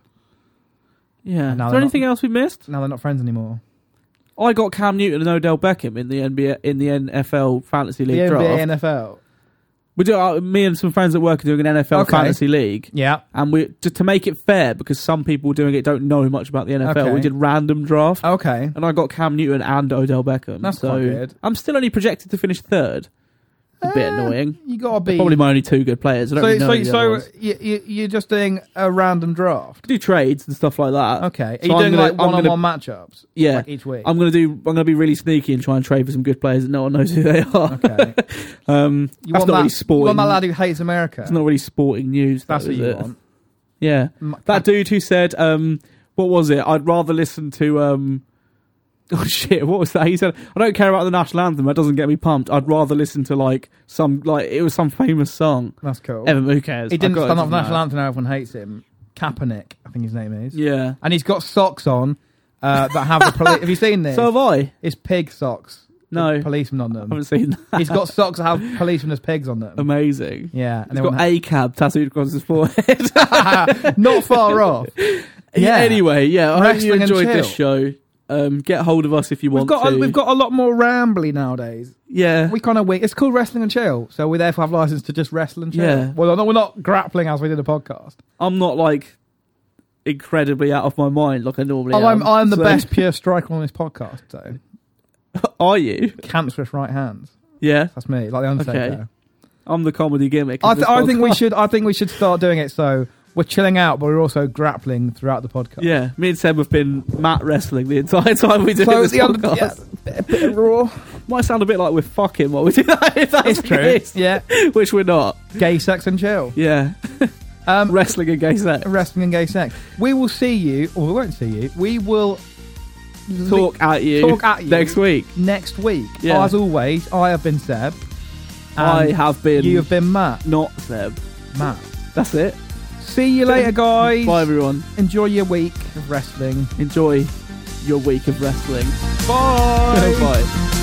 Yeah.
And now
Is
they're
there anything else we missed?
Now they're not friends anymore.
I got Cam Newton and Odell Beckham in the NBA in the NFL fantasy
The
league draft.
NBA, NFL.
we do. Uh, me and some friends at work are doing an NFL
Okay.
fantasy league.
Yeah.
And we to, to make it fair, because some people doing it don't know much about the NFL,
Okay.
we did random draft,
Okay.
and I got Cam Newton and Odell Beckham.
That's
so
quite good.
I'm still only projected to finish third. A bit
Uh,
annoying.
You gotta be
Probably my only two good players. I don't
so
really know any
so
of the other
so
ones.
you, you you're just doing a random draft.
do trades and stuff like that.
Okay. Are
So
you
I'm
doing
gonna-
like
I'm
one
gonna-
on one matchups?
Yeah.
Like each week.
I'm gonna do. I'm gonna be really sneaky and try and trade for some good players that no one knows who they are. [LAUGHS]
okay.
Um,
You
that's not
want that,
really
You
sporting.
want that lad who hates America?
It's not really sporting news.
That's
though,
what
is
you
it?
want.
Yeah.
M-
That dude who said, um, what was it? I'd rather listen to, um, [LAUGHS] oh shit, what was that? He said, I don't care about the national anthem. That doesn't get me pumped. I'd rather listen to like some, like it was some famous song.
That's cool.
Evan, who cares?
Oh. he didn't
I got it,
stand up for
doesn't
national
matter.
anthem. Now everyone hates him. Kaepernick, I think his name is.
Yeah.
And he's got socks on uh, that have the police. have you seen [LAUGHS] this?
So have I.
it's pig socks. with
No.
policemen on
I
them. [LAUGHS]
haven't seen that.
he's got socks that have policemen as pigs on them.
Amazing.
yeah,
He's
everyone
got a cab tattooed across his forehead. [LAUGHS]
ha- [LAUGHS] not far off. Yeah.
Anyway, yeah, I hope you
Wrestling and
enjoyed this show. Um, get hold of us if you
We've
want
got
to.
a, we've got a lot more rambly nowadays.
yeah.
We kind of we it's called wrestling and chill, so we therefore have license to just wrestle and chill.
Yeah.
Well, no, we're not grappling as we did a podcast.
I'm not like incredibly out of my mind like I normally
Oh,
am.
I'm I'm the
So-
best pure striker on this podcast. So
[LAUGHS] Are you?
cancerous right hands.
Yeah,
That's me, like the Undertaker.
Okay. I'm the comedy gimmick. of
I, th-
this
I think we
podcast.
should I think we should start doing it. So we're chilling out, but we're also grappling throughout the podcast.
Yeah, me and Seb have been mat wrestling the entire [LAUGHS] time we do
So
this
the other
podcast.
yeah, bit, a bit raw.
Might sound a bit like we're fucking while we do that. If [LAUGHS] that's the case,
Yeah,
which we're not.
gay sex and chill.
Yeah,
Um,
wrestling and gay sex.
[LAUGHS] wrestling and gay sex. We will see you, or we won't see you. We will
Talk at you.
Talk at you.
next week.
next week.
Yeah.
As always, I have been Seb.
I
and Um,
have been.
You have been Matt.
not Seb.
Matt.
That's it.
See you later, guys.
Bye, everyone.
Enjoy your week of wrestling.
Enjoy your week of wrestling.
[LAUGHS] Bye.
Bye.